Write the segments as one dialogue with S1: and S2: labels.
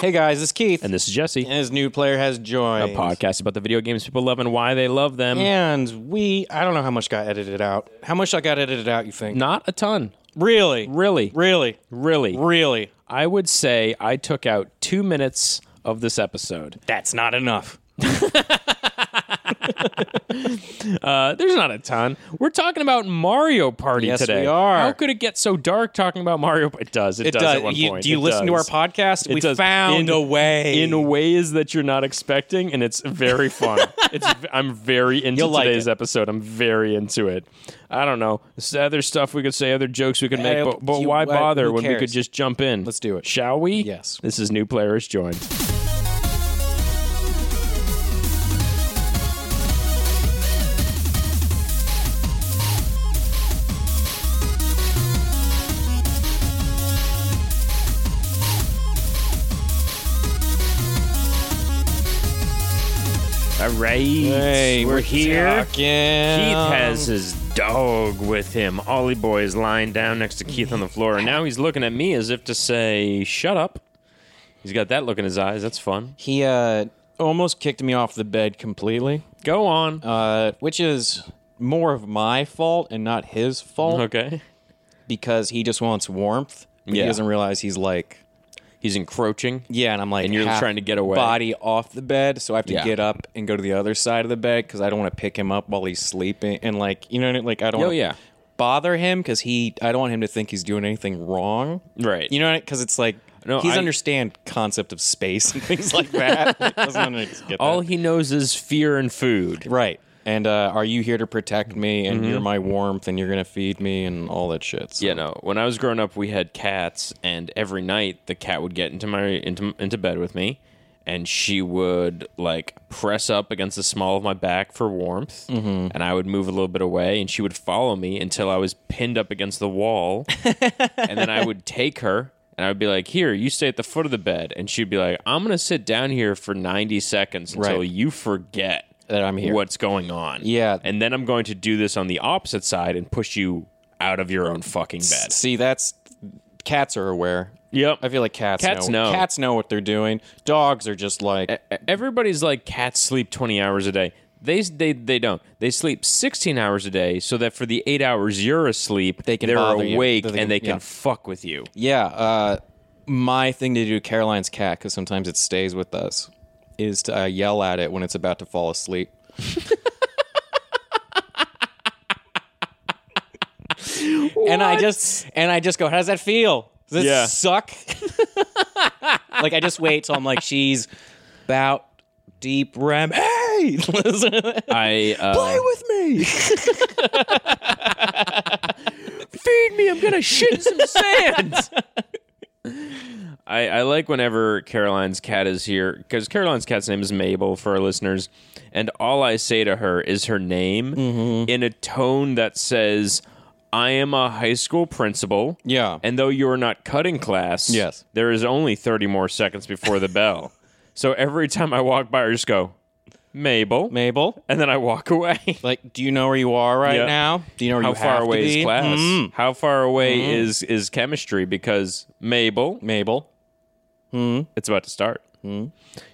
S1: Hey guys, this is Keith.
S2: And this is Jesse,
S1: And his new player has
S2: a
S1: joined.
S2: podcast about the video games people love and why they love them.
S1: And we, I don't know how much got edited out. How much I got edited out, you think?
S2: Not a ton,
S1: Really?
S2: really,
S1: Really?
S2: really.
S1: Really?
S2: I would say I took out two minutes of this episode.
S1: That's not enough.
S2: Uh, there's not a ton. We're talking about Mario Party
S1: Yes,
S2: today.
S1: we are.
S2: How could it get so dark talking about Mario? It does. It,
S1: It
S2: does,
S1: does.
S2: at one
S1: you,
S2: point.
S1: Do you
S2: It
S1: listen
S2: does.
S1: to our podcast? we
S2: does.
S1: found
S2: In-
S1: a way.
S2: in ways that you're not expecting, and it's very fun. it's I'm very into
S1: You'll like
S2: today's
S1: it.
S2: episode. I'm very into it. I don't know. There's other stuff we could say, other jokes we could make,
S1: Eh,
S2: but, but
S1: you-
S2: why
S1: what-
S2: bother
S1: who
S2: when we could
S1: cares?
S2: just jump in?
S1: Let's do it.
S2: Shall we?
S1: Yes.
S2: This is new players joined. All right,
S1: Hey, we're,
S2: Keith
S1: Keith
S2: has his dog with him. Ollie Boy is lying down next to Keith on the floor, and now he's looking at me as if to say, "Shut up." He's got that look in his eyes. That's fun.
S1: He uh, almost kicked me off the bed completely,
S2: Go on.
S1: uh, which is more of my fault and not his fault
S2: okay.
S1: because he just wants warmth. But
S2: Yeah.
S1: He doesn't realize he's like
S2: He's encroaching.
S1: Yeah, and I'm like,
S2: And you're
S1: half
S2: trying to get away.
S1: Body off the bed, so I have to
S2: Yeah.
S1: get up and go to the other side of the bed because I don't want to pick him up while he's sleeping, and like, you know, what I mean? like I don't.
S2: Oh,
S1: wanna
S2: yeah.
S1: Bother him because he. I don't want him to think he's doing anything wrong.
S2: Right.
S1: You know, because it's like
S2: No,
S1: he's
S2: I-
S1: understand concept of space and things like that. He doesn't under- get that.
S2: All he knows is fear and food.
S1: right. And uh, are you here to protect me? And
S2: Mm-hmm.
S1: you're my warmth, and you're gonna feed me, and all that shit. So.
S2: You know, when I was growing up, we had cats, and every night the cat would get into my into into bed with me, and she would like press up against the small of my back for warmth, and I would move a little bit away, and she would follow me until I was pinned up against the wall, and then I would take her. And I would be like, "Here, you stay at the foot of the bed," and she'd be like, "I'm gonna sit down here for 90 seconds until
S1: Right.
S2: you forget
S1: That I'm here.
S2: what's going on."
S1: Yeah.
S2: and then I'm going to do this on the opposite side and push you out of your own fucking bed.
S1: See, that's cats are aware.
S2: Yep.
S1: I feel like cats.
S2: Cats know.
S1: Cats know Eh, what they're doing. Dogs are just like
S2: E, Everybody's like cats sleep 20 hours a day. They they they don't. They sleep 16 hours a day so that for the 8 hours you're asleep,
S1: They can
S2: they're
S1: bother you.
S2: awake
S1: They can-
S2: and they
S1: yeah.
S2: can fuck with you.
S1: yeah. Uh, my thing to do, to Caroline's cat, because sometimes it stays with us, is to uh, yell at it when it's about to fall asleep. and I just and I just go, how does that feel? Does this
S2: Yeah.
S1: suck? like I just wait till I'm like she's about deep rem. Hey, listen to that.
S2: I uh,
S1: with me.
S2: feed me. I'm gonna shit in some sand. I, I like whenever Caroline's cat is here because Caroline's cat's name is Mabel for our listeners, and all I say to her is her name in a tone that says, "I am a high school principal."
S1: Yeah.
S2: and though you are not cutting class,
S1: Yes.
S2: there is only thirty more seconds before the bell. So every time I walk by, I just go, "Mabel,"
S1: Mabel,
S2: and then I walk away.
S1: like, do you know where you are right
S2: Yeah.
S1: now? Do you know where
S2: how
S1: you
S2: far
S1: have to
S2: away
S1: be? Mm-hmm.
S2: is class?
S1: Mm.
S2: How far away is is chemistry? Because Mabel,
S1: Mabel.
S2: it's about to start.
S1: Mm-hmm.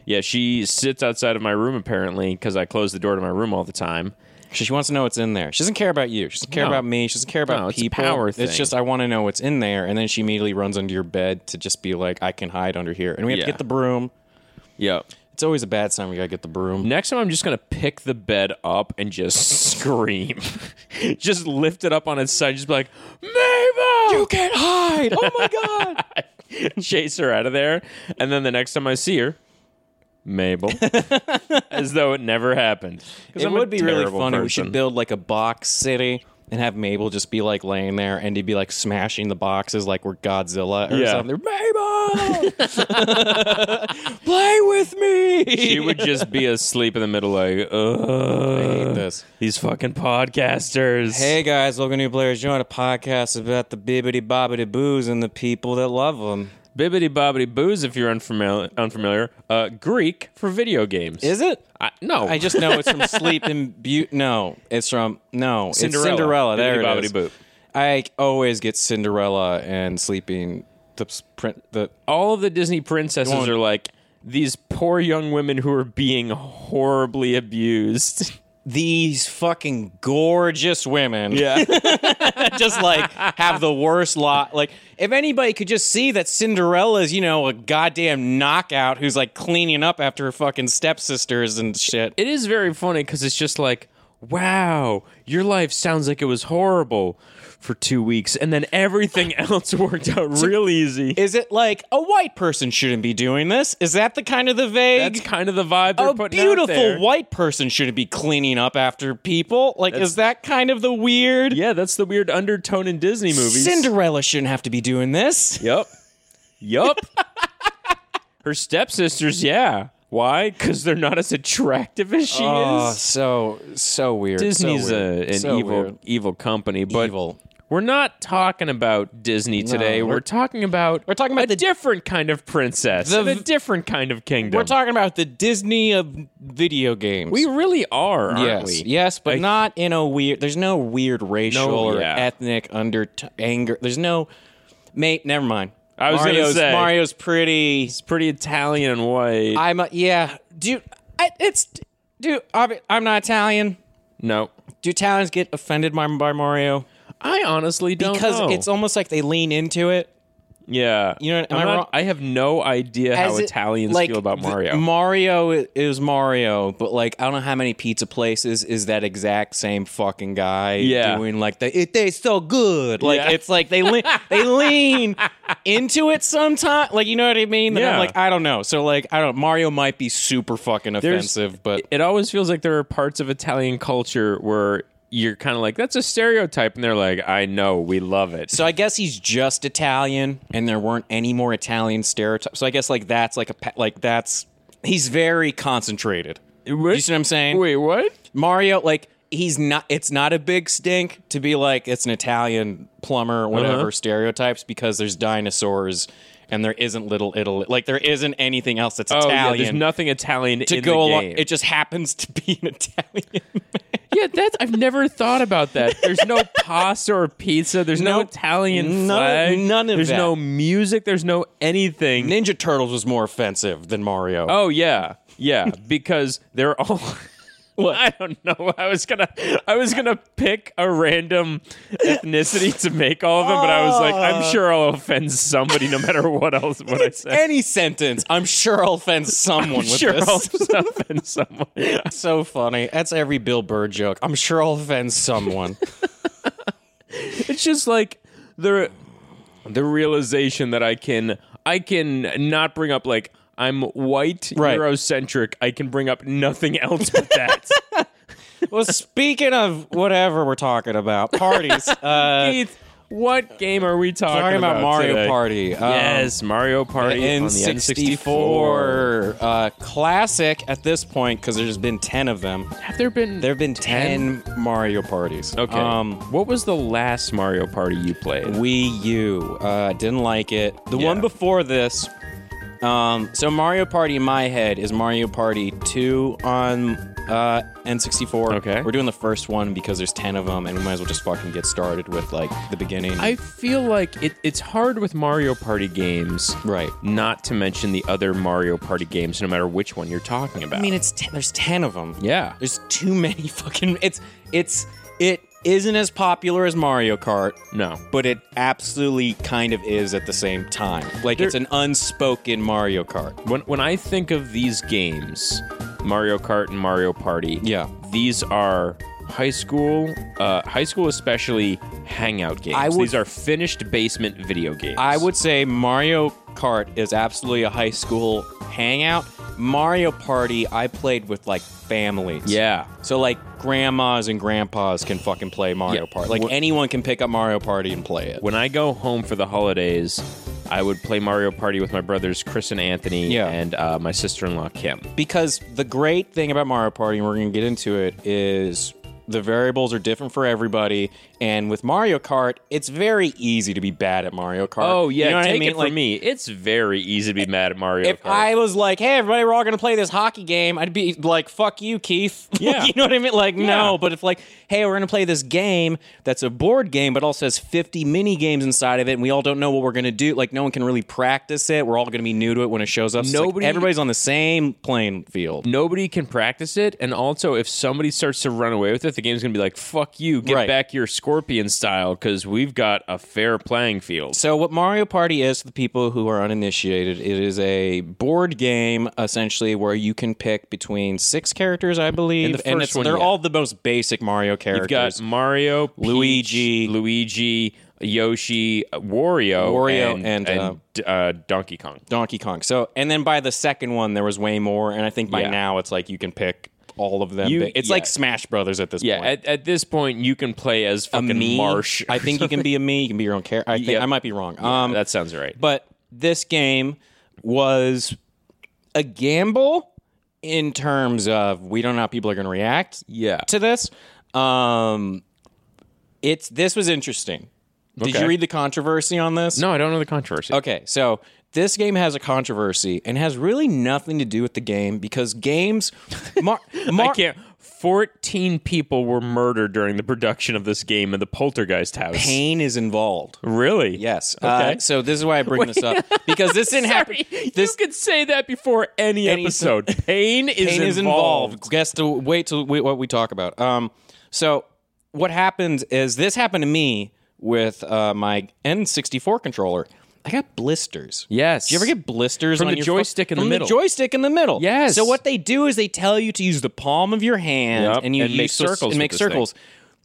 S2: Yeah, she sits outside of my room apparently because I close the door to my room all the time.
S1: She, she wants to know what's in there. She doesn't care about you. She doesn't care
S2: No.
S1: about me. She doesn't care about
S2: No, it's a
S1: people.
S2: power thing.
S1: It's just I want to know what's in there, and then she immediately runs under your bed to just be like, I can hide under here, and we have
S2: Yeah.
S1: to get the broom.
S2: Yeah.
S1: It's always a bad sign we gotta get the broom.
S2: Next time, I'm just gonna pick the bed up and just scream, just lift it up on its side, just be like, Mabel,
S1: You can't hide. Oh my god.
S2: chase her out of there, and then the next time I see her. Mabel, as though it never happened. 'Cause
S1: It
S2: I'm a
S1: would be really
S2: terrible
S1: funny. We
S2: person.
S1: should build like a box city and have Mabel just be like laying there and he'd be like smashing the boxes like we're Godzilla or
S2: Yeah.
S1: something. Mabel, play with me.
S2: she would just be asleep in the middle, like, ugh,
S1: hate this.
S2: these fucking podcasters.
S1: Hey guys, welcome to New Players Join, a podcast about the bibbity bobbity boos and the people that love them.
S2: bibbity bobbity booze, if you're unfamiliar, unfamiliar. Uh, Greek for video games.
S1: Is it?
S2: I, no,
S1: I just know it's from Sleeping Beauty. No, it's from no, it's
S2: Cinderella.
S1: Cinderella. There it
S2: Bibbidi
S1: is.
S2: bobbidi boo.
S1: I always get Cinderella and Sleeping the print the
S2: all of the Disney princesses
S1: Don't-
S2: are like these poor young women who are being horribly abused.
S1: these fucking gorgeous women
S2: Yeah.
S1: just like have the worst lot. Like if anybody could just see that Cinderella's, you know, a goddamn knockout who's like cleaning up after her fucking stepsisters and shit.
S2: it is very funny because it's just like, wow, your life sounds like it was horrible for two weeks, and then everything else worked out real easy.
S1: Is it like a white person shouldn't be doing this? Is that the kind of the vague?
S2: That's kind of the vibe they're
S1: a
S2: putting out
S1: beautiful
S2: there.
S1: white person shouldn't be cleaning up after people. Like, is that kind of the weird?
S2: yeah, that's the weird undertone in Disney movies.
S1: Cinderella shouldn't have to be doing this.
S2: Yup. Yup. Her stepsisters, yeah. Why? Because they're not as attractive as she
S1: Oh,
S2: is.
S1: so so weird.
S2: Disney's
S1: so
S2: a,
S1: weird.
S2: an
S1: So
S2: evil,
S1: weird.
S2: evil company, but
S1: Evil.
S2: we're not talking about Disney today. We're,
S1: we're-
S2: talking about
S1: we're talking about
S2: a
S1: the-
S2: different kind of princess,
S1: The
S2: and a
S1: v-
S2: different kind of kingdom.
S1: We're talking about the Disney of video games.
S2: we really are, aren't
S1: yes,
S2: we?
S1: yes, but
S2: Like-
S1: not in a weird. There's no weird racial
S2: No,
S1: or
S2: yeah.
S1: ethnic under anger. There's no mate. Never mind.
S2: I was gonna
S1: Mario's,
S2: say-
S1: Mario's pretty.
S2: It's pretty Italian and white.
S1: I'm a, yeah, dude. I, it's dude. obvi- I'm not Italian.
S2: no,
S1: Do Italians get offended by, by Mario?
S2: I honestly don't
S1: Because
S2: know.
S1: it's almost like they lean into it.
S2: yeah.
S1: You know what- am
S2: I'm
S1: I
S2: not-
S1: wrong?
S2: I have no idea how
S1: As it-
S2: Italians
S1: like,
S2: feel about
S1: the-
S2: Mario.
S1: Mario i- is Mario, but like I don't know how many pizza places is that exact same fucking guy
S2: Yeah.
S1: doing like the it tastes so good. Like
S2: Yeah.
S1: it's like they lean they lean into it sometimes. Like you know what I mean? And
S2: Yeah.
S1: I'm like I don't know. So like I don't. Mario might be super fucking offensive, but
S2: it always feels like there are parts of Italian culture where you're kind of like, that's a stereotype. And they're like, I know, we love it.
S1: so I guess he's just Italian, and there weren't any more Italian stereotypes. So I guess like that's like a pa- like that's he's very concentrated. You see what I'm saying?
S2: Wait, what?
S1: Mario, like he's not. It's not a big stink to be like it's an Italian plumber, or whatever
S2: Uh-huh.
S1: stereotypes, because there's dinosaurs and there isn't Little Italy. Like there isn't anything else that's
S2: Oh, yeah,
S1: Italian.
S2: there's nothing Italian
S1: to
S2: in
S1: go
S2: the
S1: along,
S2: game.
S1: it just happens to be an Italian.
S2: yeah, that's I've never thought about that. There's no pasta or pizza. There's no,
S1: Nope.
S2: Italian
S1: None-
S2: flag.
S1: none of
S2: There's
S1: that.
S2: no music. There's no anything.
S1: Ninja Turtles was more offensive than Mario.
S2: Oh yeah, yeah, because they're all. I don't know. I was gonna, I was gonna pick a random ethnicity to make all of them, but I was like, I'm sure I'll offend somebody no matter what else what I say.
S1: Any sentence, I'm sure I'll offend someone with
S2: sure,
S1: this.
S2: I'll offend someone.
S1: so funny. That's every Bill Burr joke. I'm sure I'll offend someone.
S2: It's just like the the realization that I can I can not bring up like I'm white
S1: Right.
S2: Eurocentric. I can bring up nothing else but that.
S1: well, speaking of whatever we're talking about, parties. Uh,
S2: Keith, what game are we talking,
S1: talking about, Mario
S2: today?
S1: Party. Um,
S2: Yes, Mario Party on the N64.
S1: N64 uh, classic at this point because there's been ten of them.
S2: Have there been
S1: There have been ten Mario parties.
S2: Okay.
S1: Um,
S2: what was the last Mario Party you played?
S1: Wii U uh, didn't like it. The
S2: Yeah.
S1: one before this. Um, so Mario Party in my head is Mario Party 2 on uh, N64.
S2: Okay.
S1: We're doing the first one because there's 10 of them and we might as well just fucking get started with like the beginning.
S2: I feel like it, it's hard with Mario Party games,
S1: right.
S2: not to mention the other Mario Party games, no matter which one you're talking about.
S1: I mean it's ten, there's 10 of them.
S2: yeah.
S1: There's too many fucking. It's it's it isn't as popular as Mario Kart,
S2: No.
S1: but it absolutely kind of is at the same time. Like it's
S2: There-
S1: an unspoken Mario Kart.
S2: When when I think of these games, Mario Kart and Mario Party,
S1: Yeah.
S2: these are high school, uh, high school especially hangout games.
S1: I would-
S2: these are finished basement video games.
S1: I would say Mario Kart is absolutely a high school hangout. Mario Party, I played with like families.
S2: yeah.
S1: So like grandmas and grandpas can fucking play Mario
S2: Yeah.
S1: Party. Like
S2: Wh-
S1: anyone can pick up Mario Party and play it.
S2: When I go home for the holidays, I would play Mario Party with my brothers Chris and Anthony
S1: Yeah.
S2: and uh, my sister in law Kim.
S1: because the great thing about Mario Party, and we're going to get into it, is The variables are different for everybody, and with Mario Kart, it's very easy to be bad at Mario Kart.
S2: Oh yeah,
S1: you know what
S2: take
S1: I mean?
S2: it from
S1: like,
S2: me. It's very easy to be mad at Mario
S1: If
S2: Kart.
S1: I was like, "Hey, everybody, we're all gonna play this hockey game," I'd be like, "Fuck you, Keith." Like,
S2: Yeah.
S1: you know what I mean? Like,
S2: Yeah.
S1: no. But if like, "Hey, we're gonna play this game that's a board game, but also has fifty mini games inside of it, and we all don't know what we're gonna do," like, no one can really practice it. We're all gonna be new to it when it shows up. So it's like,
S2: Nobody-
S1: everybody's on the same playing field.
S2: Nobody can practice it, and also if somebody starts to run away with it, the game's gonna be like, "Fuck you, get
S1: Right.
S2: back your scorpion style," because we've got a fair playing field.
S1: So, what Mario Party is to the people who are uninitiated, it is a board game essentially where you can pick between six characters, I believe,
S2: the
S1: and
S2: first
S1: it's,
S2: one,
S1: they're
S2: yeah.
S1: all the most basic Mario
S2: We've
S1: characters.
S2: got Mario, Peach,
S1: Luigi.
S2: Luigi, Yoshi, Wario,
S1: Wario,
S2: and,
S1: and, uh,
S2: d- uh, Donkey Kong.
S1: Donkey Kong. So, and then by the second one, there was way more, and I think by
S2: Yeah.
S1: now it's like you can pick all of them.
S2: You-
S1: it's
S2: yeah.
S1: like Smash Brothers at this
S2: Yeah,
S1: point.
S2: at, at this point, you can play as fucking
S1: me,
S2: Marsh.
S1: I think you can be a me. You can be your own character. I think
S2: Yeah.
S1: I might be wrong. um,
S2: that sounds right.
S1: But this game was a gamble in terms of we don't know how people are going to react
S2: Yeah.
S1: to this. Um, it's this was interesting. Did
S2: Okay.
S1: you read the controversy on this?
S2: no, I don't know the controversy.
S1: Okay, so this game has a controversy and has really nothing to do with the game because games. Mar- Mar-
S2: I can't. 14 people were murdered during the production of this game in the Poltergeist house.
S1: Pain is involved.
S2: Really?
S1: Yes.
S2: Okay.
S1: Uh, so this is why I bring this up because this didn't happen.
S2: this,
S1: This
S2: you could say that before any, episode. Pain is
S1: pain
S2: involved.
S1: is involved. Guess to wait till we, what we talk about. Um, so what happens is this happened to me with uh, my N64 controller. I got blisters.
S2: Yes.
S1: Do you ever get blisters
S2: From
S1: on
S2: the
S1: your
S2: joystick
S1: fu-
S2: in the
S1: from
S2: middle.
S1: joystick in the middle.
S2: Yes.
S1: So what they do is they tell you to use the palm of your hand
S2: Yep,
S1: and you
S2: and
S1: use
S2: make
S1: cir-
S2: circles
S1: and
S2: with
S1: make
S2: this thing.
S1: circles.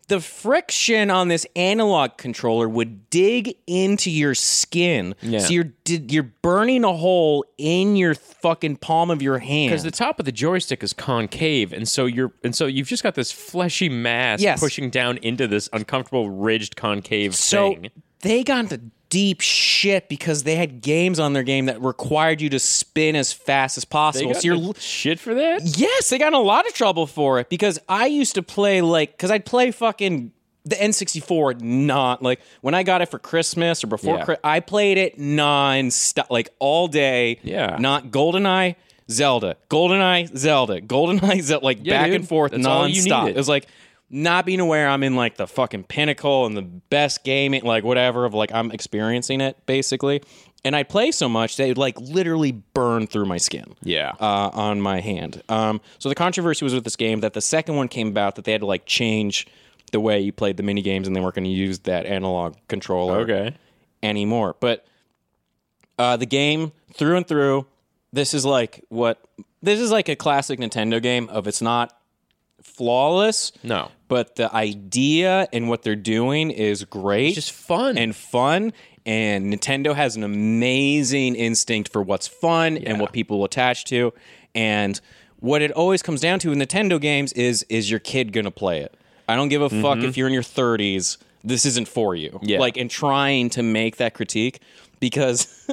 S1: The friction on this analog controller would dig into your skin,
S2: Yeah.
S1: so you're di- you're burning a hole in your fucking palm of your hand.
S2: because the top of the joystick is concave, and so you're and so you've just got this fleshy mass
S1: Yes.
S2: pushing down into this uncomfortable ridged concave
S1: So
S2: thing.
S1: they got into deep shit because they had games on their game that required you to spin as fast as
S2: They
S1: possible.
S2: got
S1: So you're
S2: the shit for that?
S1: yes, they got in a lot of trouble for it because I used to play like because I'd play fucking the N64 not like when I got it for Christmas or before
S2: Yeah.
S1: Chri- I played it non stop like all day.
S2: Yeah.
S1: not GoldenEye. Zelda, GoldenEye, Zelda, GoldenEye, Zelda, like
S2: Yeah,
S1: back
S2: dude.
S1: and forth
S2: That's all you
S1: nonstop.
S2: needed.
S1: It was like not being aware I'm in like the fucking pinnacle and the best game, like whatever, of like I'm experiencing it basically. And I play so much that it would like literally burn through my skin
S2: Yeah.
S1: uh, on my hand. Um, so the controversy was with this game that the second one came about that they had to like change the way you played the mini games and they weren't going to use that analog controller
S2: okay.
S1: anymore. But uh, the game through and through, this is like what this is like a classic Nintendo game of it's not flawless,
S2: No.
S1: but the idea and what they're doing is great
S2: Just fun.
S1: and fun. And Nintendo has an amazing instinct for what's fun and what people will attach to. And what it always comes down to in Nintendo games is is your kid gonna play it? I don't give a fuck if you're in your 30s. This isn't for you.
S2: Mm-hmm. Yeah.
S1: Like and trying to make that critique because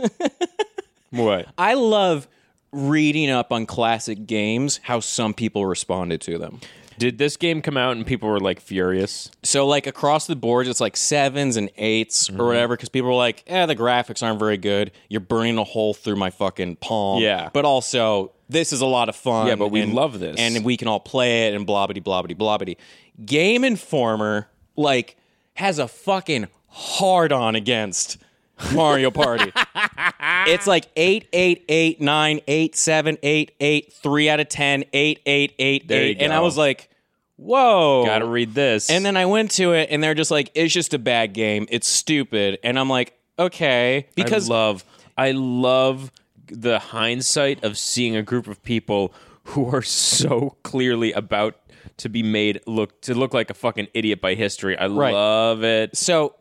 S2: what?
S1: I love reading up on classic games how some people responded to them.
S2: Did this game come out and people were like furious?
S1: So like across the board, it's like sevens and 8s
S2: Mm-hmm.
S1: or whatever, because people are like, "Yeah, the graphics aren't very good. You're burning a hole through my fucking palm."
S2: Yeah.
S1: but also this is a lot of fun.
S2: Yeah, but we
S1: and-
S2: love this.
S1: and we can all play it and blah bitty blah bitty blah bitty. Game Informer like has a fucking hard on against Mario Party. it's like eight eight eight nine eight seven eight eight three out of ten eight eight eight
S2: There you
S1: eight, and I
S2: go.
S1: was like, "Whoa,
S2: Gotta read this.
S1: and then I went to it, and they're just like, "It's just a bad game. It's stupid." And I'm like, "Okay," because
S2: I love I love the hindsight of seeing a group of people who are so clearly about to be made look to look like a fucking idiot by history. I love it.
S1: so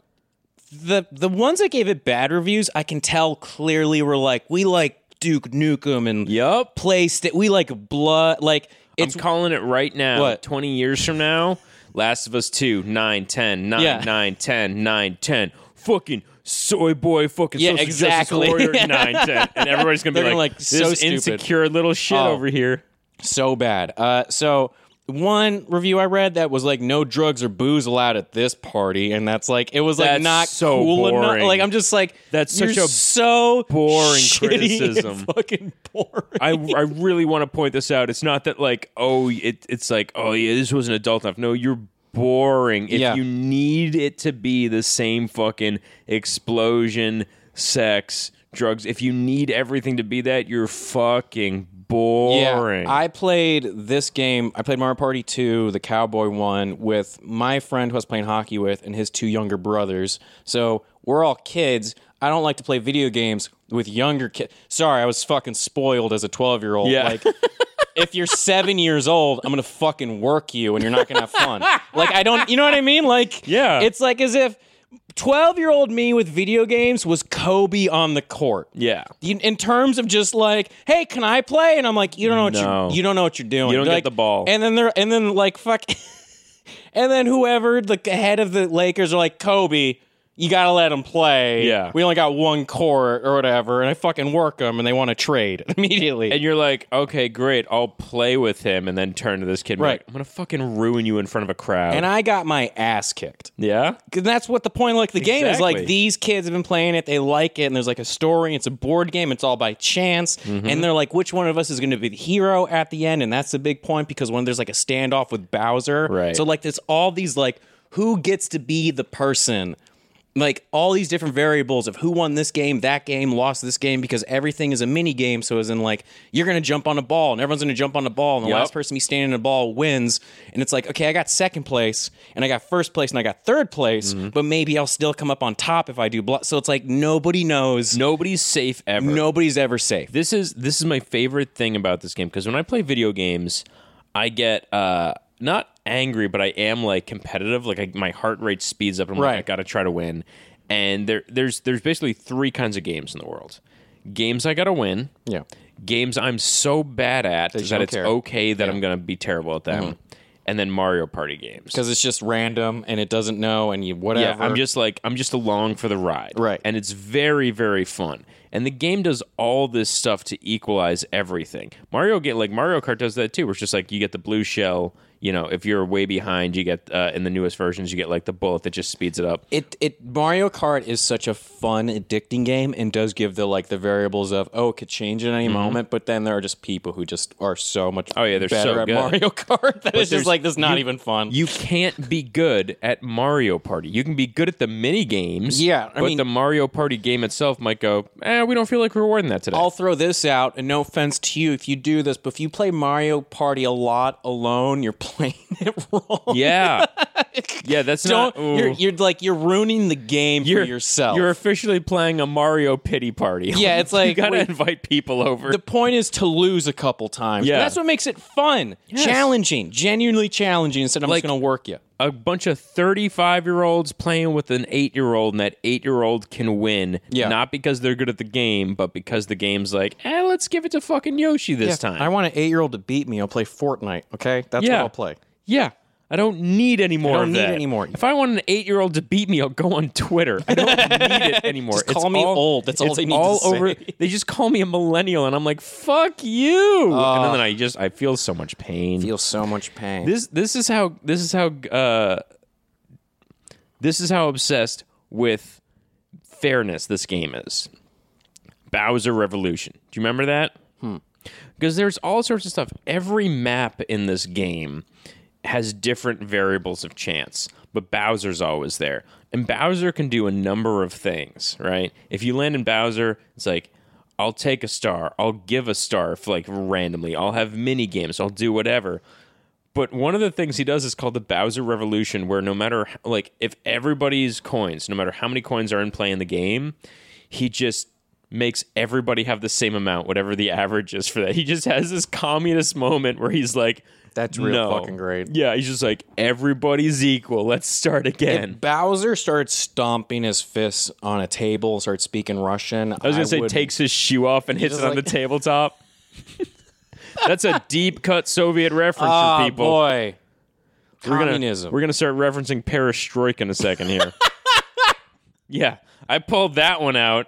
S1: the the ones that gave it bad reviews, I can tell clearly were like, "We like Duke Nukem and
S2: Yup.
S1: place that we like blood." Like
S2: I'm
S1: it's
S2: calling it right now.
S1: What?
S2: 20 years from now, Last of Us 2, 9, 10, 9,
S1: Yeah.
S2: 9, 10, 9, 10. Fucking soy boy, fucking
S1: Yeah,
S2: social
S1: exactly.
S2: justice warrior, 9, 10. And everybody's going to be
S1: They're
S2: like,
S1: gonna like,
S2: this
S1: so stupid.
S2: insecure little shit over here.
S1: so bad. Uh, so one review I read that was like no drugs or booze allowed at this party, and that's like it was like
S2: That's
S1: not
S2: so
S1: cool
S2: boring.
S1: enough. Like I'm just like
S2: That's
S1: you're
S2: such a
S1: so
S2: boring
S1: shitty and
S2: criticism.
S1: fucking boring.
S2: I, I really want to point this out. It's not that like oh it it's like oh yeah this wasn't adult enough. No, you're boring. If
S1: Yeah.
S2: you need it to be the same fucking explosion, sex, drugs. If you need everything to be that, you're fucking boring.
S1: Yeah, I played this game. I played Mario Party 2, the Cowboy one, with my friend who I was playing hockey with and his two younger brothers. So we're all kids. I don't like to play video games with younger kids. Sorry, I was fucking spoiled as a 12 year old.
S2: Yeah.
S1: Like, if you're seven years old, I'm going to fucking work you and you're not going to have fun. like, I don't, you know what I mean? Like,
S2: Yeah.
S1: It's like as if 12 year old me with video games was Kobe on the court
S2: yeah.
S1: in, in terms of just like, hey, can I play? And I'm like, you don't know what
S2: No.
S1: you you don't know what you're doing.
S2: You don't
S1: They're
S2: get
S1: like-
S2: the ball.
S1: And then they're and then like fuck, and then whoever the head of the Lakers are like Kobe. You gotta let them play.
S2: Yeah.
S1: we only got one court or whatever, and I fucking work them, and they want to trade immediately.
S2: And you're like, okay, great. I'll play with him, and then turn to this kid. And be
S1: Right.
S2: like, I'm gonna fucking ruin you in front of a crowd.
S1: and I got my ass kicked.
S2: yeah.
S1: Cause that's what the point of like the game is. Like
S2: Exactly.
S1: these kids have been playing it, they like it, and there's like a story. It's a board game. It's all by chance,
S2: Mm-hmm.
S1: and they're like, which one of us is going to be the hero at the end? And that's the big point because when there's like a standoff with Bowser,
S2: Right.
S1: So like there's all these like who gets to be the person, like all these different variables of who won this game, that game, lost this game because everything is a mini game. So as in like you're going to jump on a ball, and everyone's going to jump on a ball, and the
S2: Yup.
S1: last person person me standing in a ball wins and it's like okay i got second place and i got first place and i got third place but maybe i'll still come up on top if i do blo- so it's like nobody knows
S2: Nobody's safe ever.
S1: nobody's ever safe
S2: This is this is my favorite thing about this game because when I play video games, I get uh, not angry, but I am like competitive. Like I, my heart rate speeds up. And I'm like,
S1: Right.
S2: I gotta try to win. And there, there's there's basically three kinds of games in the world: games I gotta win,
S1: yeah
S2: games I'm so bad at that,
S1: don't
S2: it's
S1: care. Mm-hmm.
S2: okay that I'm gonna be terrible at them, and then Mario Party games.
S1: because it's just random and it doesn't know and you
S2: Yeah,
S1: whatever
S2: I'm just like I'm just along for the ride.
S1: Right.
S2: And it's very very fun. And the game does all this stuff to equalize everything. Mario get like Mario Kart does that too. Where it's just like you get the blue shell. You know, if you're way behind, you get uh, in the newest versions you get like the bullet that just speeds it up.
S1: it it Mario Kart is such a fun, addicting game, and does give the like the variables of oh, it could change at any moment. But then there are just people who just are so much oh
S2: yeah, they're
S1: better
S2: so
S1: at
S2: good.
S1: Mario Kart that it's
S2: there's-
S1: just like this is not even fun.
S2: You can't be good at Mario Party. You can be good at the mini games.
S1: Yeah, I
S2: but
S1: mean-
S2: the Mario Party game itself might go. Eh, we don't feel like rewarding that today.
S1: I'll throw this out, and no offense to you if you do this, but if you play Mario Party a lot alone, you're playing it wrong.
S2: yeah, yeah. That's
S1: Don't
S2: not. ooh.
S1: you're, you're like you're ruining the game for yourself.
S2: You're officially playing a Mario pity party.
S1: Yeah, it's
S2: you
S1: like,
S2: gotta
S1: wait.
S2: invite people over.
S1: the point is to lose a couple times.
S2: Yeah.
S1: that's what makes it fun, challenging, genuinely challenging. Instead, I'm
S2: Like-
S1: just gonna work you.
S2: a bunch of 35 year olds playing with an eight year old, and that eight year old can win.
S1: Yeah.
S2: not because they're good at the game, but because the game's like, eh, let's give it to fucking Yoshi this time.
S1: I want an eight year old to beat me. I'll play Fortnite. Okay, that's
S2: Yeah.
S1: what I'll play.
S2: yeah. I don't need any more.
S1: don't
S2: of
S1: need
S2: that.
S1: any more.
S2: If I want an eight-year-old to beat me, I'll go on Twitter. I don't need it anymore. Just
S1: call me old. That's all they need to
S2: over.
S1: say.
S2: They just call me a millennial, and I'm like, "Fuck you!"
S1: Uh,
S2: and then, I just I feel so much pain.
S1: Feel so much pain.
S2: this this is how this is how uh this is how obsessed with fairness this game is bowser revolution do you remember that because there's all sorts of stuff every map in this game has different variables of chance but bowser's always there and bowser can do a number of things right if you land in bowser it's like i'll take a star i'll give a star for like randomly i'll have mini games i'll do whatever but one of the things he does is called the Bowser Revolution, where no matter h- like if everybody's coins, no matter how many coins are in play in the game, he just makes everybody have the same amount, whatever the average is for that. He just has this communist moment where he's like,
S1: That's real
S2: "No."
S1: fucking great.
S2: Yeah, he's just like, everybody's equal. Let's start again.
S1: Bowser starts stomping his fists on a table, starts speaking Russian.
S2: I was gonna say
S1: would-
S2: takes his shoe off and hits it
S1: just
S2: on
S1: like-
S2: the tabletop. That's a deep cut Soviet reference
S1: Ah,
S2: for people.
S1: boy.
S2: We're gonna-
S1: Communism.
S2: We're gonna, start referencing perestroika in a second here. yeah, I pulled that one out.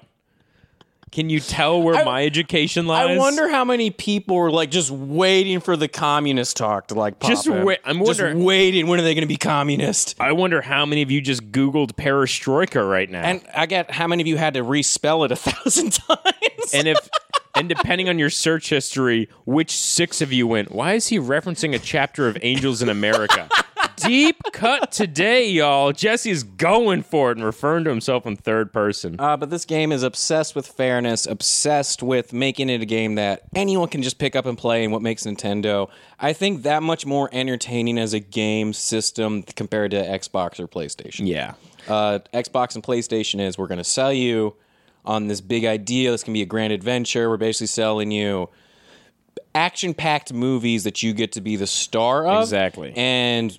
S2: Can you tell where my education lies?
S1: I wonder how many people were like just waiting for the communist talk to like pop
S2: Just
S1: in.
S2: wait- I'm
S1: Just
S2: wondering-
S1: waiting. When are they going to be communist?
S2: I wonder how many of you just Googled perestroika right now.
S1: And I get how many of you had to respell it a thousand times.
S2: and if and depending on your search history, which six of you went? Why is he referencing a chapter of Angels in America? Deep cut today, y'all. Jesse's going for it and referring to himself in third person.
S1: Uh, but this game is obsessed with fairness, obsessed with making it a game that anyone can just pick up and play, and what makes Nintendo, I think, that much more entertaining as a game system compared to Xbox or PlayStation.
S2: yeah.
S1: Uh, Xbox and PlayStation is we're going to sell you on this big idea. This can be a grand adventure. We're basically selling you action packed movies that you get to be the star of.
S2: Exactly.
S1: And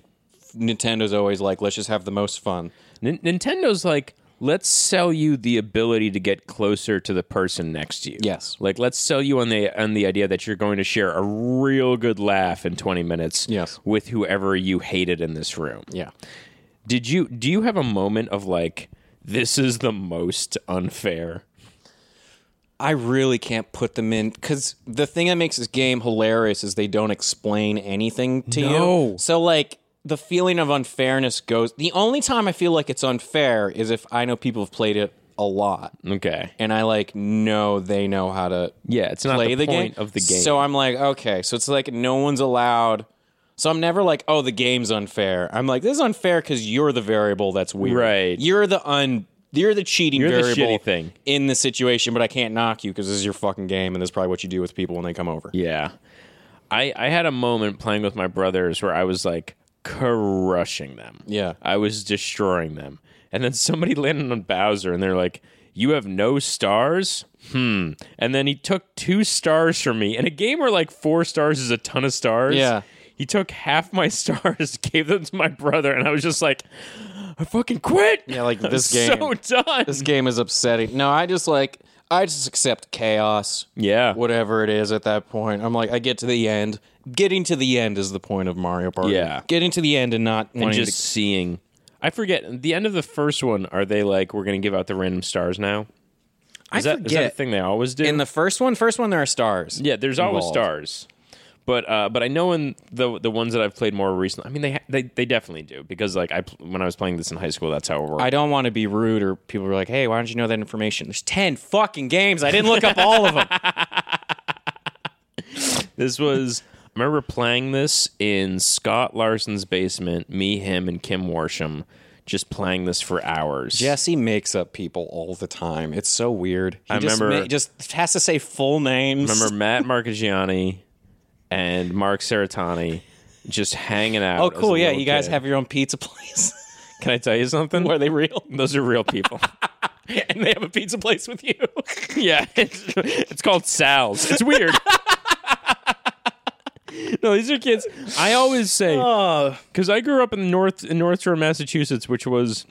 S1: Nintendo's always like, let's just have the most fun.
S2: Nin- Nintendo's like, let's sell you the ability to get closer to the person next to you.
S1: Yes.
S2: Like, let's sell you on the on the idea that you're going to share a real good laugh in 20 minutes.
S1: Yes.
S2: With whoever you hated in this room.
S1: Yeah.
S2: Did you do you have a moment of like this is the most unfair?
S1: I really can't put them in because the thing that makes this game hilarious is they don't explain anything to
S2: No.
S1: you. So like the feeling of unfairness goes. The only time I feel like it's unfair is if I know people have played it a lot,
S2: Okay.
S1: and I like know they know how to
S2: Yeah, it's not
S1: play
S2: the,
S1: the,
S2: point
S1: game
S2: of the game.
S1: So I'm like, okay, so it's like no one's allowed. So I'm never like, oh, the game's unfair. I'm like, this is unfair because you're the variable that's weird.
S2: Right.
S1: You're the un. You're the cheating
S2: the
S1: variable
S2: shitty thing.
S1: in the situation, but I can't knock you because this is your fucking game, and this is probably what you do with people when they come over.
S2: yeah. I I had a moment playing with my brothers where I was like crushing them.
S1: Yeah.
S2: I was destroying them. And then somebody landed on Bowser and they're like, "You have no stars?" Hmm. And then he took 2 stars from me. In a game where like 4 stars is a ton of stars.
S1: Yeah.
S2: He took half my stars, gave them to my brother, and I was just like, I fucking quit.
S1: Yeah, like,
S2: I'm
S1: this game-
S2: So done.
S1: This game is upsetting. No, I just like, I just accept chaos.
S2: yeah.
S1: Whatever it is at that point, I'm like, I get to the end. Getting to the end is the point of Mario Party.
S2: Yeah.
S1: Getting to the end and not
S2: and
S1: wanting
S2: just
S1: to.
S2: seeing. I forget the end of the first one. Are they like we're going to give out the random stars now? Is
S1: I
S2: that, is that a thing they always do?
S1: In the first one, first one there are stars.
S2: yeah, there's always
S1: involved.
S2: stars. But uh, but I know in the the ones that I've played more recently. I mean they ha- they they definitely do because like I pl- when I was playing this in high school that's how it worked.
S1: I don't want to be rude or people are like, "Hey, why don't you know that information?" There's 10 fucking games. I didn't look up all of them.
S2: This was I remember playing this in Scott Larson's basement. Me, him, and Kim Warsham just playing this for hours.
S1: Jesse makes up people all the time. It's so weird. He
S2: I
S1: just
S2: remember-
S1: ma- just has to say full names.
S2: remember Matt Marcagiani and Mark Seratani just hanging out.
S1: Oh,
S2: as a
S1: cool. Yeah,
S2: little
S1: you guys
S2: kid.
S1: have your own pizza place.
S2: Can I tell you something?
S1: Are they real?
S2: Those are real people.
S1: and they have a pizza place with you.
S2: yeah, it's, it's called Sal's. It's weird. no, these are kids. I always say because I grew up in North in North Shore, Massachusetts, which was